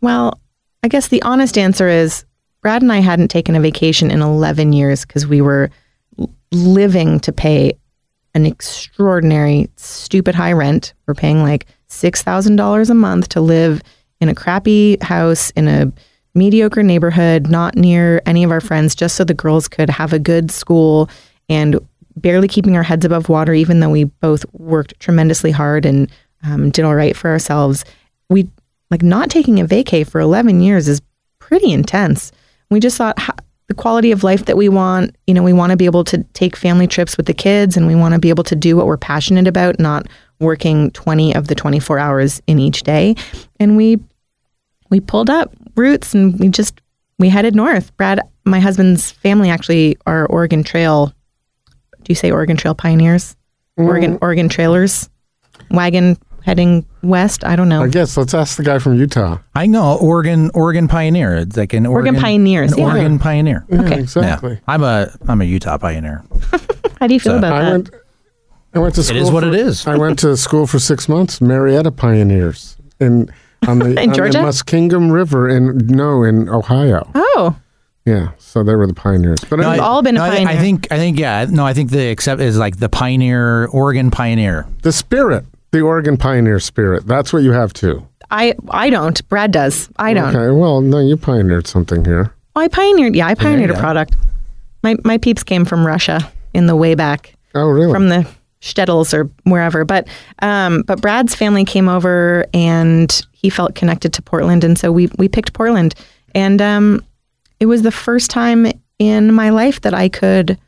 [SPEAKER 4] Well, I guess the honest answer is Brad and I hadn't taken a vacation in 11 years because we were l- living to pay an extraordinary, stupid high rent. We're paying like $6,000 a month to live in a crappy house in a mediocre neighborhood, not near any of our friends, just so the girls could have a good school and barely keeping our heads above water, even though we both worked tremendously hard and um, did all right for ourselves. We like not taking a vacay for 11 years is pretty intense. We just thought ho- the quality of life that we want, you know, we want to be able to take family trips with the kids and we want to be able to do what we're passionate about, not working 20 of the 24 hours in each day. And we we pulled up roots and we just we headed north. Brad, my husband's family actually are Oregon Trail. Do you say Oregon Trail pioneers?
[SPEAKER 2] Mm-hmm.
[SPEAKER 4] Oregon Oregon trailers. Wagon heading west, I don't know.
[SPEAKER 2] I guess let's ask the guy from Utah.
[SPEAKER 1] I know Oregon, Oregon pioneer. It's like an Oregon,
[SPEAKER 4] Oregon pioneers,
[SPEAKER 1] an
[SPEAKER 4] yeah. Mm-hmm.
[SPEAKER 1] Oregon pioneer.
[SPEAKER 2] Yeah,
[SPEAKER 4] Okay.
[SPEAKER 2] exactly.
[SPEAKER 1] Yeah. I'm a I'm a Utah pioneer.
[SPEAKER 4] How do you feel
[SPEAKER 1] So-
[SPEAKER 4] about
[SPEAKER 2] I
[SPEAKER 4] that?
[SPEAKER 2] went. I went to school.
[SPEAKER 1] is what
[SPEAKER 2] for-
[SPEAKER 1] it is.
[SPEAKER 2] I went to school for six months. Marietta Pioneers in on the, on
[SPEAKER 4] Georgia?
[SPEAKER 2] the Muskingum River in no in Ohio.
[SPEAKER 4] oh,
[SPEAKER 2] Yeah, so they were the pioneers. But
[SPEAKER 1] No,
[SPEAKER 2] anyway,
[SPEAKER 4] We've all been a
[SPEAKER 1] no, I thi- I
[SPEAKER 4] pioneer.
[SPEAKER 1] think I think yeah. No, I think the except is like the pioneer Oregon pioneer.
[SPEAKER 2] the spirit, the Oregon pioneer spirit. That's what you have too.
[SPEAKER 4] I I don't. Brad does. I don't.
[SPEAKER 2] Okay. Well, no, you pioneered something here.
[SPEAKER 4] Oh, I pioneered. Yeah, I pioneered a
[SPEAKER 1] go.
[SPEAKER 4] product. My my peeps came from Russia in the way back
[SPEAKER 2] Oh, really?
[SPEAKER 4] from the shtetls or wherever. But um, but Brad's family came over and he felt connected to Portland, and so we we picked Portland, and um, it was the first time in my life that I could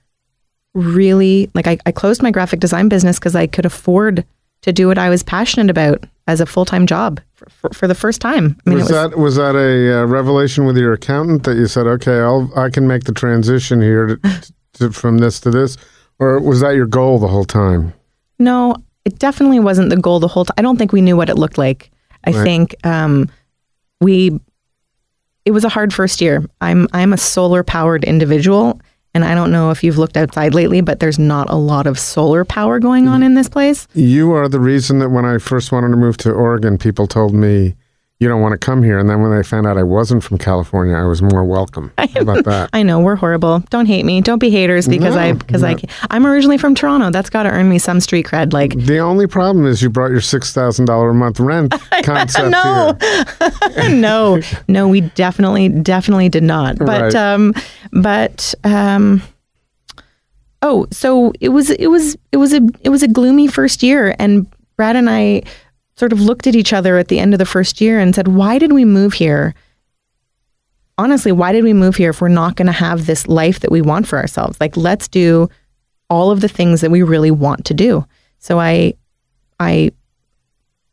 [SPEAKER 4] really like I, I closed my graphic design business because I could afford to do what I was passionate about as a full time job for, for, for the first time. I mean,
[SPEAKER 2] was,
[SPEAKER 4] it was
[SPEAKER 2] that was that a uh, revelation with your accountant that you said, okay, I'll I can make the transition here to, to, from this to this, or was that your goal the whole time?
[SPEAKER 4] No, it definitely wasn't the goal the whole time. I don't think we knew what it looked like. I think um, we. It was a hard first year. I'm I'm a solar powered individual, and I don't know if you've looked outside lately, but there's not a lot of solar power going
[SPEAKER 2] Mm.
[SPEAKER 4] on in this place.
[SPEAKER 2] You are the reason that when I first wanted to move to Oregon, people told me you don't want to come here, and then when they found out I wasn't from California, I was more welcome. How about that?
[SPEAKER 4] I know we're horrible. Don't hate me. Don't be haters because I
[SPEAKER 2] No,
[SPEAKER 4] because I I'm originally from Toronto. That's got to earn me some street cred. Like
[SPEAKER 2] The only problem is you brought your six thousand dollar a month rent concept
[SPEAKER 4] No.
[SPEAKER 2] here.
[SPEAKER 4] no, no, we definitely, definitely did not. But,
[SPEAKER 2] Right.
[SPEAKER 4] um, but, um, oh, so it was, it was, it was a, it was a gloomy first year, and Brad and I sort of looked at each other at the end of the first year and said, "Why did we move here? Honestly, why did we move here if we're not going to have this life that we want for ourselves? Like, let's do all of the things that we really want to do." So I, I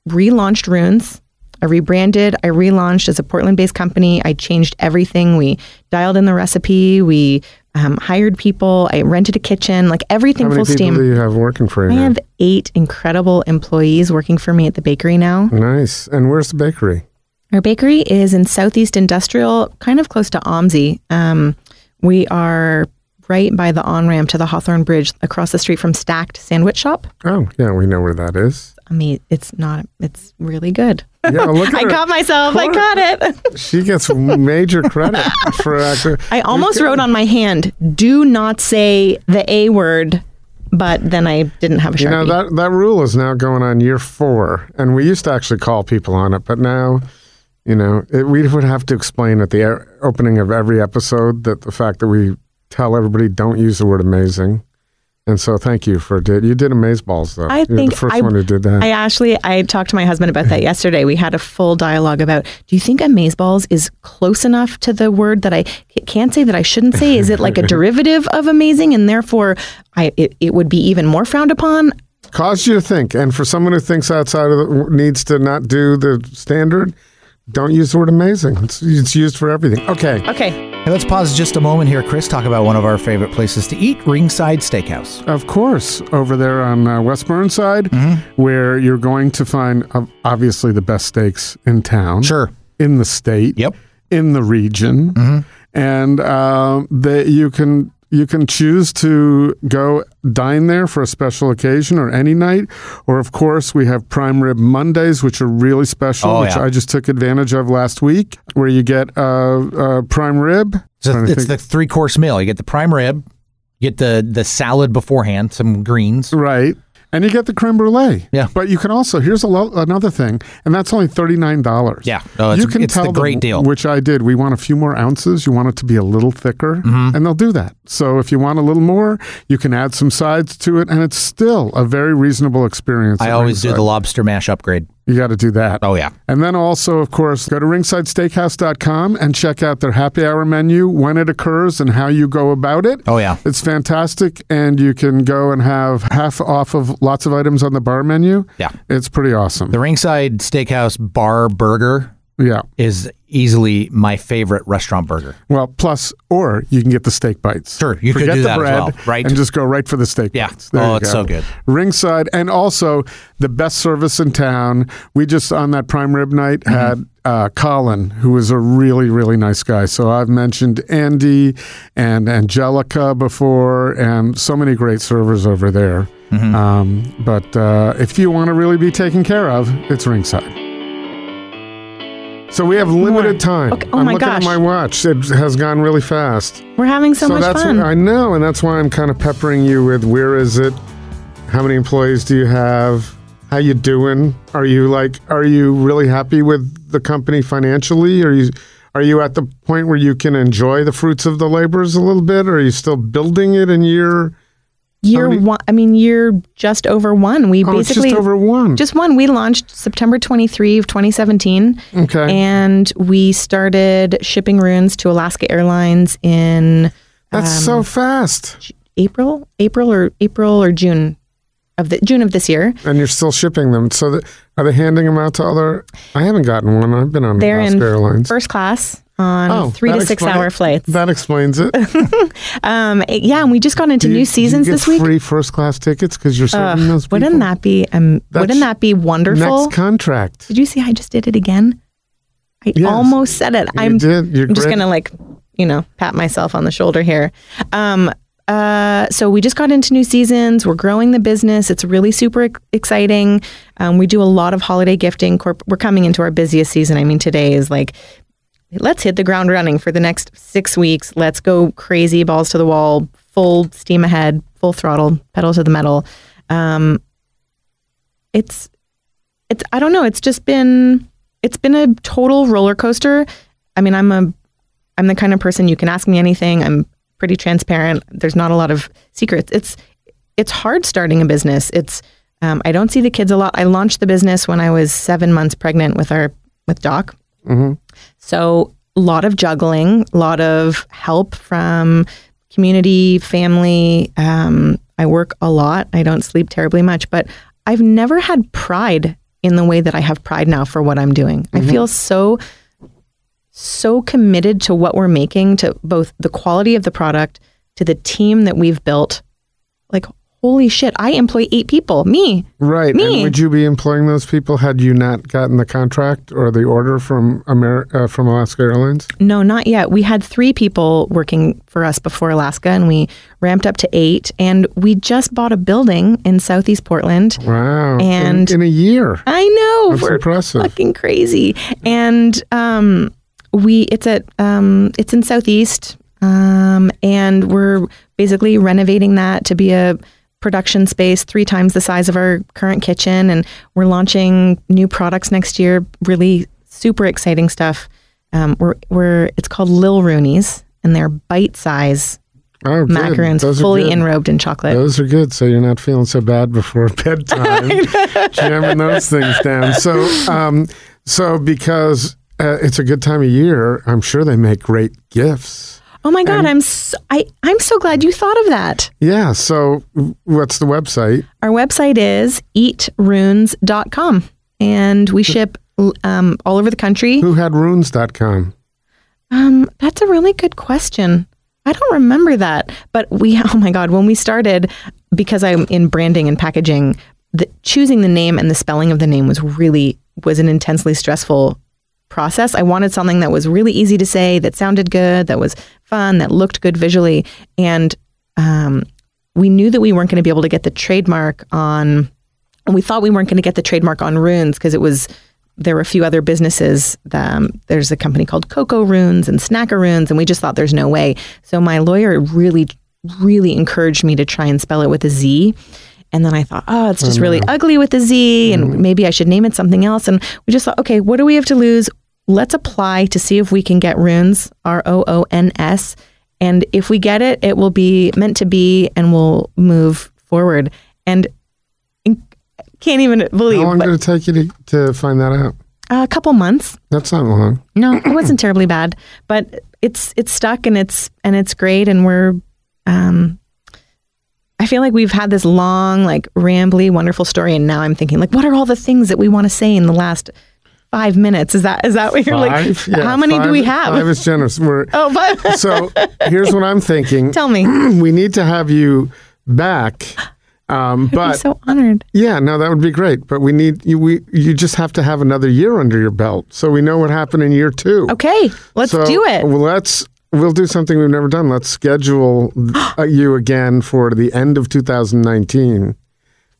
[SPEAKER 4] relaunched Runes. I rebranded, I relaunched as a Portland based company. I changed everything. We dialed in the recipe, we um, hired people, I rented a kitchen, like
[SPEAKER 2] How
[SPEAKER 4] everything
[SPEAKER 2] many
[SPEAKER 4] full
[SPEAKER 2] people
[SPEAKER 4] steam.
[SPEAKER 2] do you have working for you?
[SPEAKER 4] I
[SPEAKER 2] now?
[SPEAKER 4] have eight incredible employees working for me at the bakery now.
[SPEAKER 2] Nice. And where's the bakery?
[SPEAKER 4] Our bakery is in Southeast Industrial, kind of close to OMSI. Um, we are right by the on ramp to the Hawthorne Bridge across the street from Stacked Sandwich Shop.
[SPEAKER 2] Oh, yeah, we know where that is.
[SPEAKER 4] I mean, it's not, it's really good.
[SPEAKER 2] Yeah, look at
[SPEAKER 4] I
[SPEAKER 2] her.
[SPEAKER 4] caught myself. I
[SPEAKER 2] Cor-
[SPEAKER 4] caught it.
[SPEAKER 2] She gets major credit for actor.
[SPEAKER 4] I almost wrote on my hand, do not say the A word, but then I didn't have a Sharpie.
[SPEAKER 2] You know that that rule is now going on year four, and we used to actually call people on it, but now, you know, it, we would have to explain at the air, opening of every episode that the fact that we tell everybody don't use the word amazing, and so thank you for did you did amazeballs though.
[SPEAKER 4] I
[SPEAKER 2] You're
[SPEAKER 4] think
[SPEAKER 2] the first
[SPEAKER 4] I,
[SPEAKER 2] one who did that.
[SPEAKER 4] I actually I talked to my husband about that yesterday. We had a full dialogue about do you think amazeballs is close enough to the word that I c- can't say that I shouldn't say? Is it like a derivative of amazing and therefore I it, it would be even more frowned upon?
[SPEAKER 2] Caused you to think, and for someone who thinks outside of the, needs to not do the standard, don't use the word amazing. It's, it's used for everything. Okay.
[SPEAKER 4] Okay.
[SPEAKER 1] Hey, let's pause just a moment here, Chris. Talk about one of our favorite places to eat, Ringside Steakhouse.
[SPEAKER 2] Of course, over there on uh, West Burnside,
[SPEAKER 1] Mm-hmm.
[SPEAKER 2] where you're going to find uh, obviously the best steaks in town.
[SPEAKER 1] Sure.
[SPEAKER 2] In the state.
[SPEAKER 1] Yep. Mm-hmm.
[SPEAKER 2] In the region. and uh, that you can you can choose to go dine there for a special occasion or any night. Or, of course, we have Prime Rib Mondays, which are really special,
[SPEAKER 1] Oh,
[SPEAKER 2] which
[SPEAKER 1] yeah.
[SPEAKER 2] I just took advantage of last week, where you get a uh, uh, prime rib.
[SPEAKER 1] So
[SPEAKER 2] Trying to
[SPEAKER 1] it's
[SPEAKER 2] think.
[SPEAKER 1] the three course meal. You get the prime rib, you get the the salad beforehand, some greens.
[SPEAKER 2] Right. And you get the creme brulee.
[SPEAKER 1] Yeah.
[SPEAKER 2] But you can also, here's a lo- another thing, and that's only $39.
[SPEAKER 1] Yeah. No, it's-
[SPEAKER 2] you can
[SPEAKER 1] it's the
[SPEAKER 2] tell them,
[SPEAKER 1] great deal.
[SPEAKER 2] Which I did. We want a few more ounces. You want it to be a little thicker,
[SPEAKER 1] Mm-hmm.
[SPEAKER 2] and they'll do that. So if you want a little more, you can add some sides to it, and it's still a very reasonable experience.
[SPEAKER 1] I
[SPEAKER 2] at
[SPEAKER 1] always do
[SPEAKER 2] Ringside.
[SPEAKER 1] the lobster mash upgrade.
[SPEAKER 2] You got to do that.
[SPEAKER 1] Oh yeah.
[SPEAKER 2] And then also, of course, go to ringsidesteakhouse.com and check out their happy hour menu, when it occurs, and how you go about it.
[SPEAKER 1] Oh yeah.
[SPEAKER 2] It's fantastic, and you can go and have half off of lots of items on the bar menu.
[SPEAKER 1] Yeah.
[SPEAKER 2] It's pretty awesome.
[SPEAKER 1] The ringside steakhouse bar burger
[SPEAKER 2] Yeah.
[SPEAKER 1] is easily my favorite restaurant burger.
[SPEAKER 2] Well, plus, or you can get the steak bites.
[SPEAKER 1] Sure, you could
[SPEAKER 2] Forget
[SPEAKER 1] do
[SPEAKER 2] the
[SPEAKER 1] that as
[SPEAKER 2] bread
[SPEAKER 1] well, right?
[SPEAKER 2] And just go right for the steak
[SPEAKER 1] Yeah.
[SPEAKER 2] bites.
[SPEAKER 1] Oh,
[SPEAKER 2] you
[SPEAKER 1] it's so good.
[SPEAKER 2] Ringside, and also the best service in town. We just on that prime rib night
[SPEAKER 1] Mm-hmm.
[SPEAKER 2] had uh, Colin, who is a really really nice guy. So I've mentioned Andy and Angelica before, and so many great servers over there.
[SPEAKER 1] Mm-hmm.
[SPEAKER 2] Um, but uh, if you want to really be taken care of, it's ringside. So we have limited time.
[SPEAKER 4] Okay. Oh
[SPEAKER 2] I'm
[SPEAKER 4] my
[SPEAKER 2] looking at
[SPEAKER 4] gosh.
[SPEAKER 2] my watch. It has gone really fast
[SPEAKER 4] We're having so, much
[SPEAKER 2] that's
[SPEAKER 4] fun.
[SPEAKER 2] I know, and that's why I'm kind of peppering you with where is it? How many employees do you have? How you doing? Are you like are you really happy with the company financially? Are you are you at the point where you can enjoy the fruits of the labors a little bit? Are you still building it in year?
[SPEAKER 4] year
[SPEAKER 2] many-
[SPEAKER 4] one. I mean, year just over one. We
[SPEAKER 2] Oh, it's
[SPEAKER 4] basically
[SPEAKER 2] just over one.
[SPEAKER 4] just one. We launched September 23 of 2017.
[SPEAKER 2] Okay.
[SPEAKER 4] And we started shipping runes to Alaska Airlines in
[SPEAKER 2] that's so
[SPEAKER 4] um,
[SPEAKER 2] fast,
[SPEAKER 4] April, April or April or June of the June of this year.
[SPEAKER 2] and you're still shipping them. So that, are they handing them out to other? I haven't gotten one. I've been on
[SPEAKER 4] They're
[SPEAKER 2] Alaska
[SPEAKER 4] in
[SPEAKER 2] Airlines.
[SPEAKER 4] first class on
[SPEAKER 2] Oh,
[SPEAKER 4] three
[SPEAKER 2] that
[SPEAKER 4] to six
[SPEAKER 2] explain-
[SPEAKER 4] hour flights.
[SPEAKER 2] That explains it.
[SPEAKER 4] Um, it- yeah, and we just got into
[SPEAKER 2] Do you- do
[SPEAKER 4] new seasons
[SPEAKER 2] you get
[SPEAKER 4] this week.
[SPEAKER 2] Free first class tickets because you're serving
[SPEAKER 4] Ugh,
[SPEAKER 2] those people.
[SPEAKER 4] wouldn't that be um,
[SPEAKER 2] That's
[SPEAKER 4] wouldn't that be wonderful?
[SPEAKER 2] Next contract.
[SPEAKER 4] Did you see I just did it again? I
[SPEAKER 2] Yes.
[SPEAKER 4] almost said it.
[SPEAKER 2] You
[SPEAKER 4] I'm,
[SPEAKER 2] did. You're
[SPEAKER 4] I'm just
[SPEAKER 2] great.
[SPEAKER 4] going to like, you know, pat myself on the shoulder here. Um, uh, so we just got into new seasons. We're growing the business. It's really super ex- exciting. Um, we do a lot of holiday gifting. Corp- we're coming into our busiest season. I mean, today is like, let's hit the ground running for the next six weeks. Let's go crazy, balls to the wall, full steam ahead, full throttle, pedal to the metal. Um, it's it's I don't know. It's just been it's been a total roller coaster. I mean, I'm a I'm the kind of person you can ask me anything. I'm pretty transparent. There's not a lot of secrets. It's it's hard starting a business. It's um, I don't see the kids a lot. I launched the business when I was seven months pregnant with our with Doc. So a lot of juggling, a lot of help from community, family. Um, I work a lot. I don't sleep terribly much, but I've never had pride in the way that I have pride now for what I'm doing. I feel so so committed to what we're making, to both the quality of the product, to the team that we've built. Like, holy shit, I employ eight people. Me.
[SPEAKER 2] Right. And
[SPEAKER 4] Me.
[SPEAKER 2] would you be employing those people had you not gotten the contract or the order from Amer- uh, from Alaska Airlines?
[SPEAKER 4] No, not yet. We had three people working for us before Alaska, and we ramped up to eight. And we just bought a building in Southeast Portland.
[SPEAKER 2] Wow. In-
[SPEAKER 4] And-
[SPEAKER 2] in, a year.
[SPEAKER 4] I know
[SPEAKER 2] That's
[SPEAKER 4] we're
[SPEAKER 2] impressive.
[SPEAKER 4] fucking crazy. And um, we it's at um, it's in Southeast, um, and we're basically renovating that to be a production space three times the size of our current kitchen, and we're launching new products next year. Really super exciting stuff. Um, we're we're it's called Lil Rooney's, and they're bite size
[SPEAKER 2] Oh, good.
[SPEAKER 4] macaroons,
[SPEAKER 2] Those are
[SPEAKER 4] fully
[SPEAKER 2] good.
[SPEAKER 4] enrobed in chocolate.
[SPEAKER 2] Those are good, so you're not feeling so bad before bedtime, jamming those things down. So, um, so because uh, it's a good time of year, I'm sure they make great gifts.
[SPEAKER 4] oh my god, I'm so, I I'm so glad you thought of that.
[SPEAKER 2] Yeah. So, w- what's the website?
[SPEAKER 4] Our website is eatrunes.com and we ship l- um, all over the country.
[SPEAKER 2] Who had runes.com?
[SPEAKER 4] Um, that's a really good question. I don't remember that, but we, oh my God, when we started, because I'm in branding and packaging, the, choosing the name and the spelling of the name was really, was an intensely stressful process. I wanted something that was really easy to say, that sounded good, that was fun, that looked good visually. And um, we knew that we weren't going to be able to get the trademark on, and we thought we weren't going to get the trademark on runes because it was, there were a few other businesses. Um, there's a company called Coco Runes and Snacker Runes, and we just thought there's no way. So my lawyer really, really encouraged me to try and spell it with a Z. And then I thought, oh, it's just really ugly with a Z, and maybe I should name it something else. And we just thought, okay, what do we have to lose? Let's apply to see if we can get runes, R O O N S. And if we get it, it will be meant to be, and we'll move forward. And in- can't even believe
[SPEAKER 2] How long
[SPEAKER 4] but- uh,
[SPEAKER 2] did it take you to, to find that out?
[SPEAKER 4] a couple months.
[SPEAKER 2] That's not long.
[SPEAKER 4] No, it wasn't terribly bad, but it's it's stuck and it's and it's great, and we're. Um, I feel like we've had this long, like rambly, wonderful story, and now I'm thinking, like, what are all the things that we want to say in the last five minutes? Is that is that what you're
[SPEAKER 2] Five?
[SPEAKER 4] like?
[SPEAKER 2] Yeah,
[SPEAKER 4] how many do
[SPEAKER 2] five-
[SPEAKER 4] we have?
[SPEAKER 2] Five is generous. We're,
[SPEAKER 4] oh, but
[SPEAKER 2] So here's what I'm thinking.
[SPEAKER 4] tell me, I'd
[SPEAKER 2] we need to have you back. Um,
[SPEAKER 4] be
[SPEAKER 2] but
[SPEAKER 4] so honored.
[SPEAKER 2] yeah, no, that would be great. But we need you. We you just have to have another year under your belt, so we know what happened in year two.
[SPEAKER 4] Okay, let's
[SPEAKER 2] So,
[SPEAKER 4] do it.
[SPEAKER 2] Well, let's we'll do something we've never done. Let's schedule uh, you again for the end of 2019.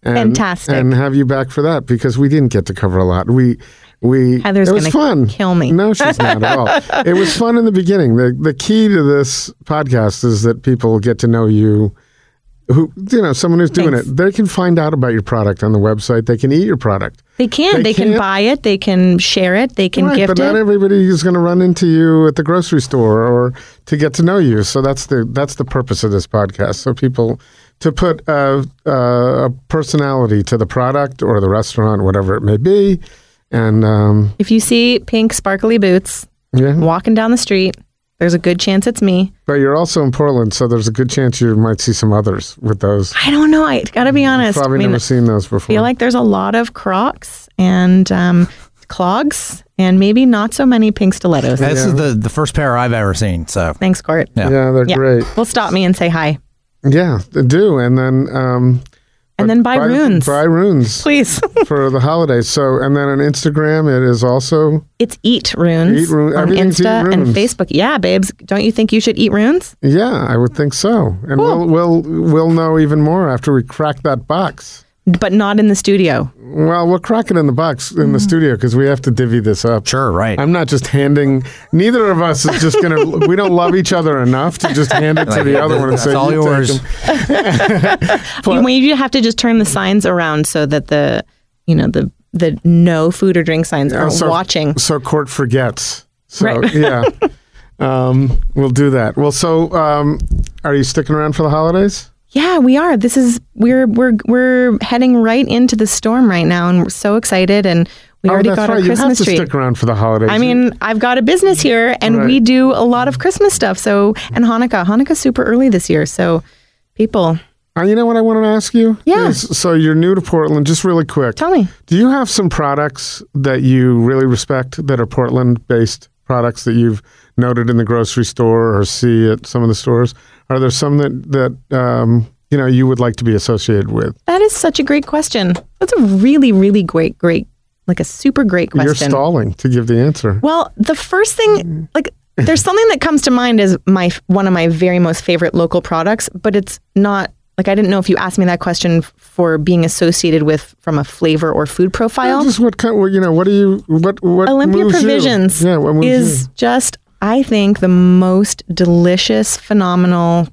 [SPEAKER 2] And,
[SPEAKER 4] Fantastic.
[SPEAKER 2] And have you back for that because we didn't get to cover a lot. We we
[SPEAKER 4] Heather's
[SPEAKER 2] it was
[SPEAKER 4] gonna
[SPEAKER 2] fun.
[SPEAKER 4] kill me.
[SPEAKER 2] No, she's not at all. It was fun in the beginning. The the key to this podcast is that people get to know you who you know, someone who's doing
[SPEAKER 4] Thanks.
[SPEAKER 2] it. They can find out about your product on the website. They can eat your product.
[SPEAKER 4] They can,
[SPEAKER 2] They
[SPEAKER 4] they, can
[SPEAKER 2] can't-
[SPEAKER 4] buy it, they can share it, they can
[SPEAKER 2] Right,
[SPEAKER 4] gift
[SPEAKER 2] but
[SPEAKER 4] it.
[SPEAKER 2] not everybody is going to run into you at the grocery store or to get to know you. So that's the that's the purpose of this podcast. So people to put a, a personality to the product or the restaurant, whatever it may be, and um,
[SPEAKER 4] if you see pink sparkly boots
[SPEAKER 2] yeah.
[SPEAKER 4] walking down the street, there's a good chance it's me.
[SPEAKER 2] But you're also in Portland, so there's a good chance you might see some others with those.
[SPEAKER 4] I don't know. I gotta be honest. I
[SPEAKER 2] Mm, Probably
[SPEAKER 4] mean,
[SPEAKER 2] never
[SPEAKER 4] I
[SPEAKER 2] seen those before.
[SPEAKER 4] feel like there's a lot of Crocs and um, clogs, and maybe not so many pink stilettos.
[SPEAKER 1] This is the, the first pair I've ever seen. So
[SPEAKER 4] Thanks, Court.
[SPEAKER 1] Yeah.
[SPEAKER 2] yeah, they're
[SPEAKER 4] Yeah.
[SPEAKER 2] great.
[SPEAKER 4] Well, stop me and say hi,
[SPEAKER 2] Yeah, they do. And then um,
[SPEAKER 4] and then buy, runes,
[SPEAKER 2] Buy runes
[SPEAKER 4] please.
[SPEAKER 2] for the holidays. So and then on Instagram, it is also
[SPEAKER 4] it's eat runes
[SPEAKER 2] Eat Rune-
[SPEAKER 4] on
[SPEAKER 2] everything's Eat
[SPEAKER 4] Insta and
[SPEAKER 2] Runes.
[SPEAKER 4] Facebook. Yeah, babes, don't you think you should eat runes?
[SPEAKER 2] Yeah, I would think so. And
[SPEAKER 4] Cool.
[SPEAKER 2] we'll we'll we'll know even more after we crack that box.
[SPEAKER 4] But not in the studio.
[SPEAKER 2] Well, we'll crack it in the box in
[SPEAKER 4] Mm.
[SPEAKER 2] the studio because we have to divvy this up.
[SPEAKER 1] sure, right.
[SPEAKER 2] I'm not just handing. Neither of us is just gonna. we don't love each other enough to just hand it to
[SPEAKER 1] Like,
[SPEAKER 2] the other one and
[SPEAKER 1] that's
[SPEAKER 2] say,
[SPEAKER 1] all
[SPEAKER 2] "You take
[SPEAKER 1] yours."
[SPEAKER 2] 'em."
[SPEAKER 4] You- well, you have to just turn the signs around so that the, you know, the the no food or drink signs
[SPEAKER 2] Yeah,
[SPEAKER 4] aren't
[SPEAKER 2] so-
[SPEAKER 4] watching.
[SPEAKER 2] So court forgets. So
[SPEAKER 4] Right.
[SPEAKER 2] yeah, um, we'll do that. Well, so um, are you sticking around for the holidays?
[SPEAKER 4] Yeah, we are. This is we're we're we're heading right into the storm right now, and we're so excited. And we already
[SPEAKER 2] oh, that's
[SPEAKER 4] got
[SPEAKER 2] right.
[SPEAKER 4] our
[SPEAKER 2] You have
[SPEAKER 4] Christmas
[SPEAKER 2] to
[SPEAKER 4] tree.
[SPEAKER 2] stick around for the holidays.
[SPEAKER 4] I mean, I've got a business here, and we
[SPEAKER 2] Right.
[SPEAKER 4] do a lot of Christmas stuff. So and Hanukkah, Hanukkah's super early this year. So people,
[SPEAKER 2] Uh, you know what I want to ask you?
[SPEAKER 4] Yeah.
[SPEAKER 2] Is- so you're new to Portland, just really quick.
[SPEAKER 4] tell me,
[SPEAKER 2] Do you have some products that you really respect that are Portland based products that you've noted in the grocery store or see at some of the stores? Are there some that, that um, you know, you would like to be associated with?
[SPEAKER 4] that is such a great question. That's a really, really great, great, like a super great question.
[SPEAKER 2] You're stalling to give the answer.
[SPEAKER 4] Well, the first
[SPEAKER 2] Mm.
[SPEAKER 4] thing, like, there's something that comes to mind as my one of my very most favorite local products, but it's not like I didn't know if you asked me that question f- for being associated with from a flavor or food profile.
[SPEAKER 2] Just what kind? Well, you know, what do you? What what?
[SPEAKER 4] Olympia
[SPEAKER 2] moves you?
[SPEAKER 4] Provisions
[SPEAKER 2] Yeah, what moves
[SPEAKER 4] is
[SPEAKER 2] you?
[SPEAKER 4] just, I think, the most delicious, phenomenal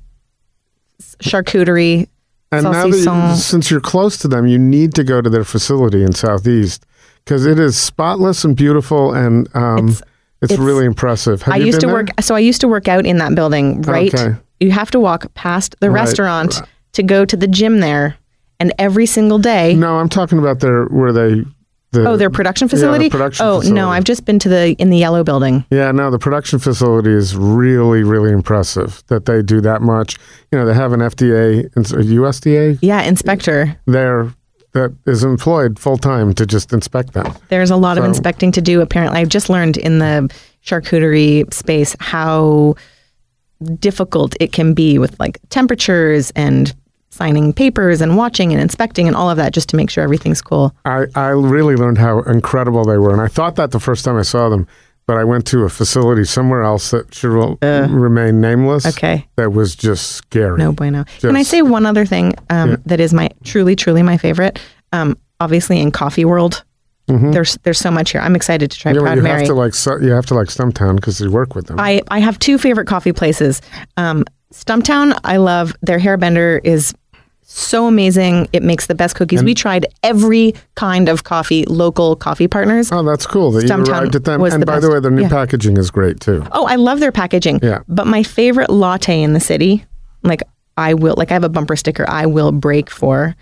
[SPEAKER 4] s- charcuterie.
[SPEAKER 2] And now that you,
[SPEAKER 4] saucisson.
[SPEAKER 2] since you're close to them, you need to go to their facility in Southeast because it is spotless and beautiful, and um, it's,
[SPEAKER 4] it's-
[SPEAKER 2] really impressive. Have
[SPEAKER 4] I
[SPEAKER 2] you
[SPEAKER 4] used to
[SPEAKER 2] been there?
[SPEAKER 4] work. So I used to work out in that building. Right.
[SPEAKER 2] Okay.
[SPEAKER 4] You have to walk past the
[SPEAKER 2] Right.
[SPEAKER 4] restaurant to go to the gym there, and every single day.
[SPEAKER 2] No, I'm talking about their where they. The,
[SPEAKER 4] Oh, their production
[SPEAKER 2] the
[SPEAKER 4] facility.
[SPEAKER 2] production
[SPEAKER 4] oh
[SPEAKER 2] facility.
[SPEAKER 4] no, I've just been to the in the yellow building.
[SPEAKER 2] Yeah, no, the production facility is really, really impressive that they do that much. You know, they have an FDA and so- USDA
[SPEAKER 4] Yeah, inspector.
[SPEAKER 2] there that is employed full time to just inspect them.
[SPEAKER 4] There's a lot of
[SPEAKER 2] So-
[SPEAKER 4] inspecting to do. Apparently, I've just learned in the charcuterie space how difficult it can be with like temperatures and signing papers and watching and inspecting and all of that just to make sure everything's cool.
[SPEAKER 2] I, I really learned how incredible they were. And I thought that the first time I saw them, but I went to a facility somewhere else that should re- remain nameless.
[SPEAKER 4] Uh. okay.
[SPEAKER 2] That was just scary.
[SPEAKER 4] No Oh, bueno. Can I
[SPEAKER 2] Just-
[SPEAKER 4] say one other thing um, that is my truly, truly my favorite? Um, obviously, in coffee world, there's there's so much here. I'm excited to try
[SPEAKER 2] Mm-hmm. You, know,
[SPEAKER 4] Proud
[SPEAKER 2] you
[SPEAKER 4] Mary.
[SPEAKER 2] have to like su- you have to like Stumptown because you work with them.
[SPEAKER 4] I, I have two favorite coffee places. Um, Stumptown, I love. Their hairbender is so amazing. It makes the best cookies. we tried every kind of coffee, local coffee partners.
[SPEAKER 2] oh, that's cool that you
[SPEAKER 4] Stumptown
[SPEAKER 2] arrived at them.
[SPEAKER 4] was
[SPEAKER 2] And
[SPEAKER 4] the
[SPEAKER 2] by
[SPEAKER 4] best.
[SPEAKER 2] the way, their new
[SPEAKER 4] Yeah.
[SPEAKER 2] packaging is great too.
[SPEAKER 4] Oh, I love their packaging.
[SPEAKER 2] Yeah.
[SPEAKER 4] But my favorite latte in the city, like I will, like I have a bumper sticker I will break for,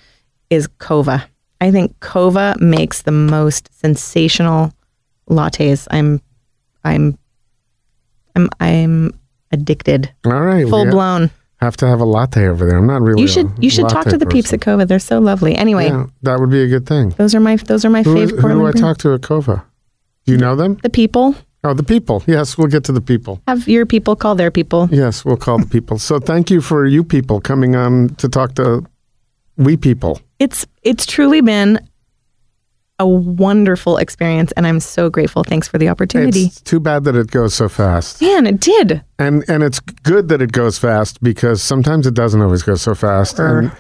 [SPEAKER 4] is Kova. I think Kova makes the most sensational lattes. I'm, I'm, I'm, I'm addicted,
[SPEAKER 2] All right, we
[SPEAKER 4] full blown.
[SPEAKER 2] Have to have a latte over there. I'm not really.
[SPEAKER 4] You
[SPEAKER 2] a
[SPEAKER 4] should you should talk
[SPEAKER 2] latte
[SPEAKER 4] to the peeps
[SPEAKER 2] person.
[SPEAKER 4] at Kova. They're so lovely. Anyway,
[SPEAKER 2] Yeah, that would be a good thing.
[SPEAKER 4] those are my those are my
[SPEAKER 2] Who, is-
[SPEAKER 4] favorite.
[SPEAKER 2] who do I talk to at Kova? Do you know them?
[SPEAKER 4] The people
[SPEAKER 2] Oh, the people. Yes, we'll get to the people.
[SPEAKER 4] have your people call their people.
[SPEAKER 2] Yes, we'll call the people. So thank you for you people coming on to talk to we people.
[SPEAKER 4] It's it's truly been a wonderful experience, and I'm so grateful. Thanks for the opportunity.
[SPEAKER 2] It's too bad that it goes so fast.
[SPEAKER 4] Man, it did.
[SPEAKER 2] And and it's good that it goes fast because sometimes it doesn't always go so fast. And,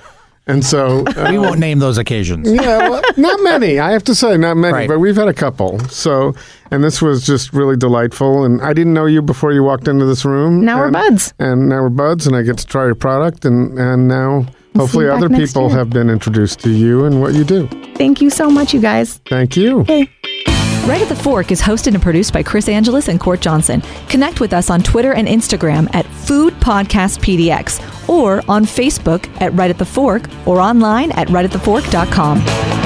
[SPEAKER 2] and so
[SPEAKER 1] We
[SPEAKER 2] uh,
[SPEAKER 1] won't name those occasions.
[SPEAKER 2] yeah, well, not many. I have to say, not many.
[SPEAKER 1] Right.
[SPEAKER 2] But we've had a couple. So, and this was just really delightful. And I didn't know you before you walked into this room.
[SPEAKER 4] Now we're
[SPEAKER 2] and-
[SPEAKER 4] buds.
[SPEAKER 2] And now we're buds, and I get to try your product. And and now hopefully
[SPEAKER 4] you back
[SPEAKER 2] other
[SPEAKER 4] next
[SPEAKER 2] people
[SPEAKER 4] year.
[SPEAKER 2] have been introduced to you and what you do.
[SPEAKER 4] Thank you so much, you guys.
[SPEAKER 2] Thank you.
[SPEAKER 4] Hey.
[SPEAKER 3] Right at the Fork is hosted and produced by Chris Angeles and Court Johnson. Connect with us on Twitter and Instagram at Food Podcast PDX or on Facebook at Right at the Fork or online at rightatthefork.com.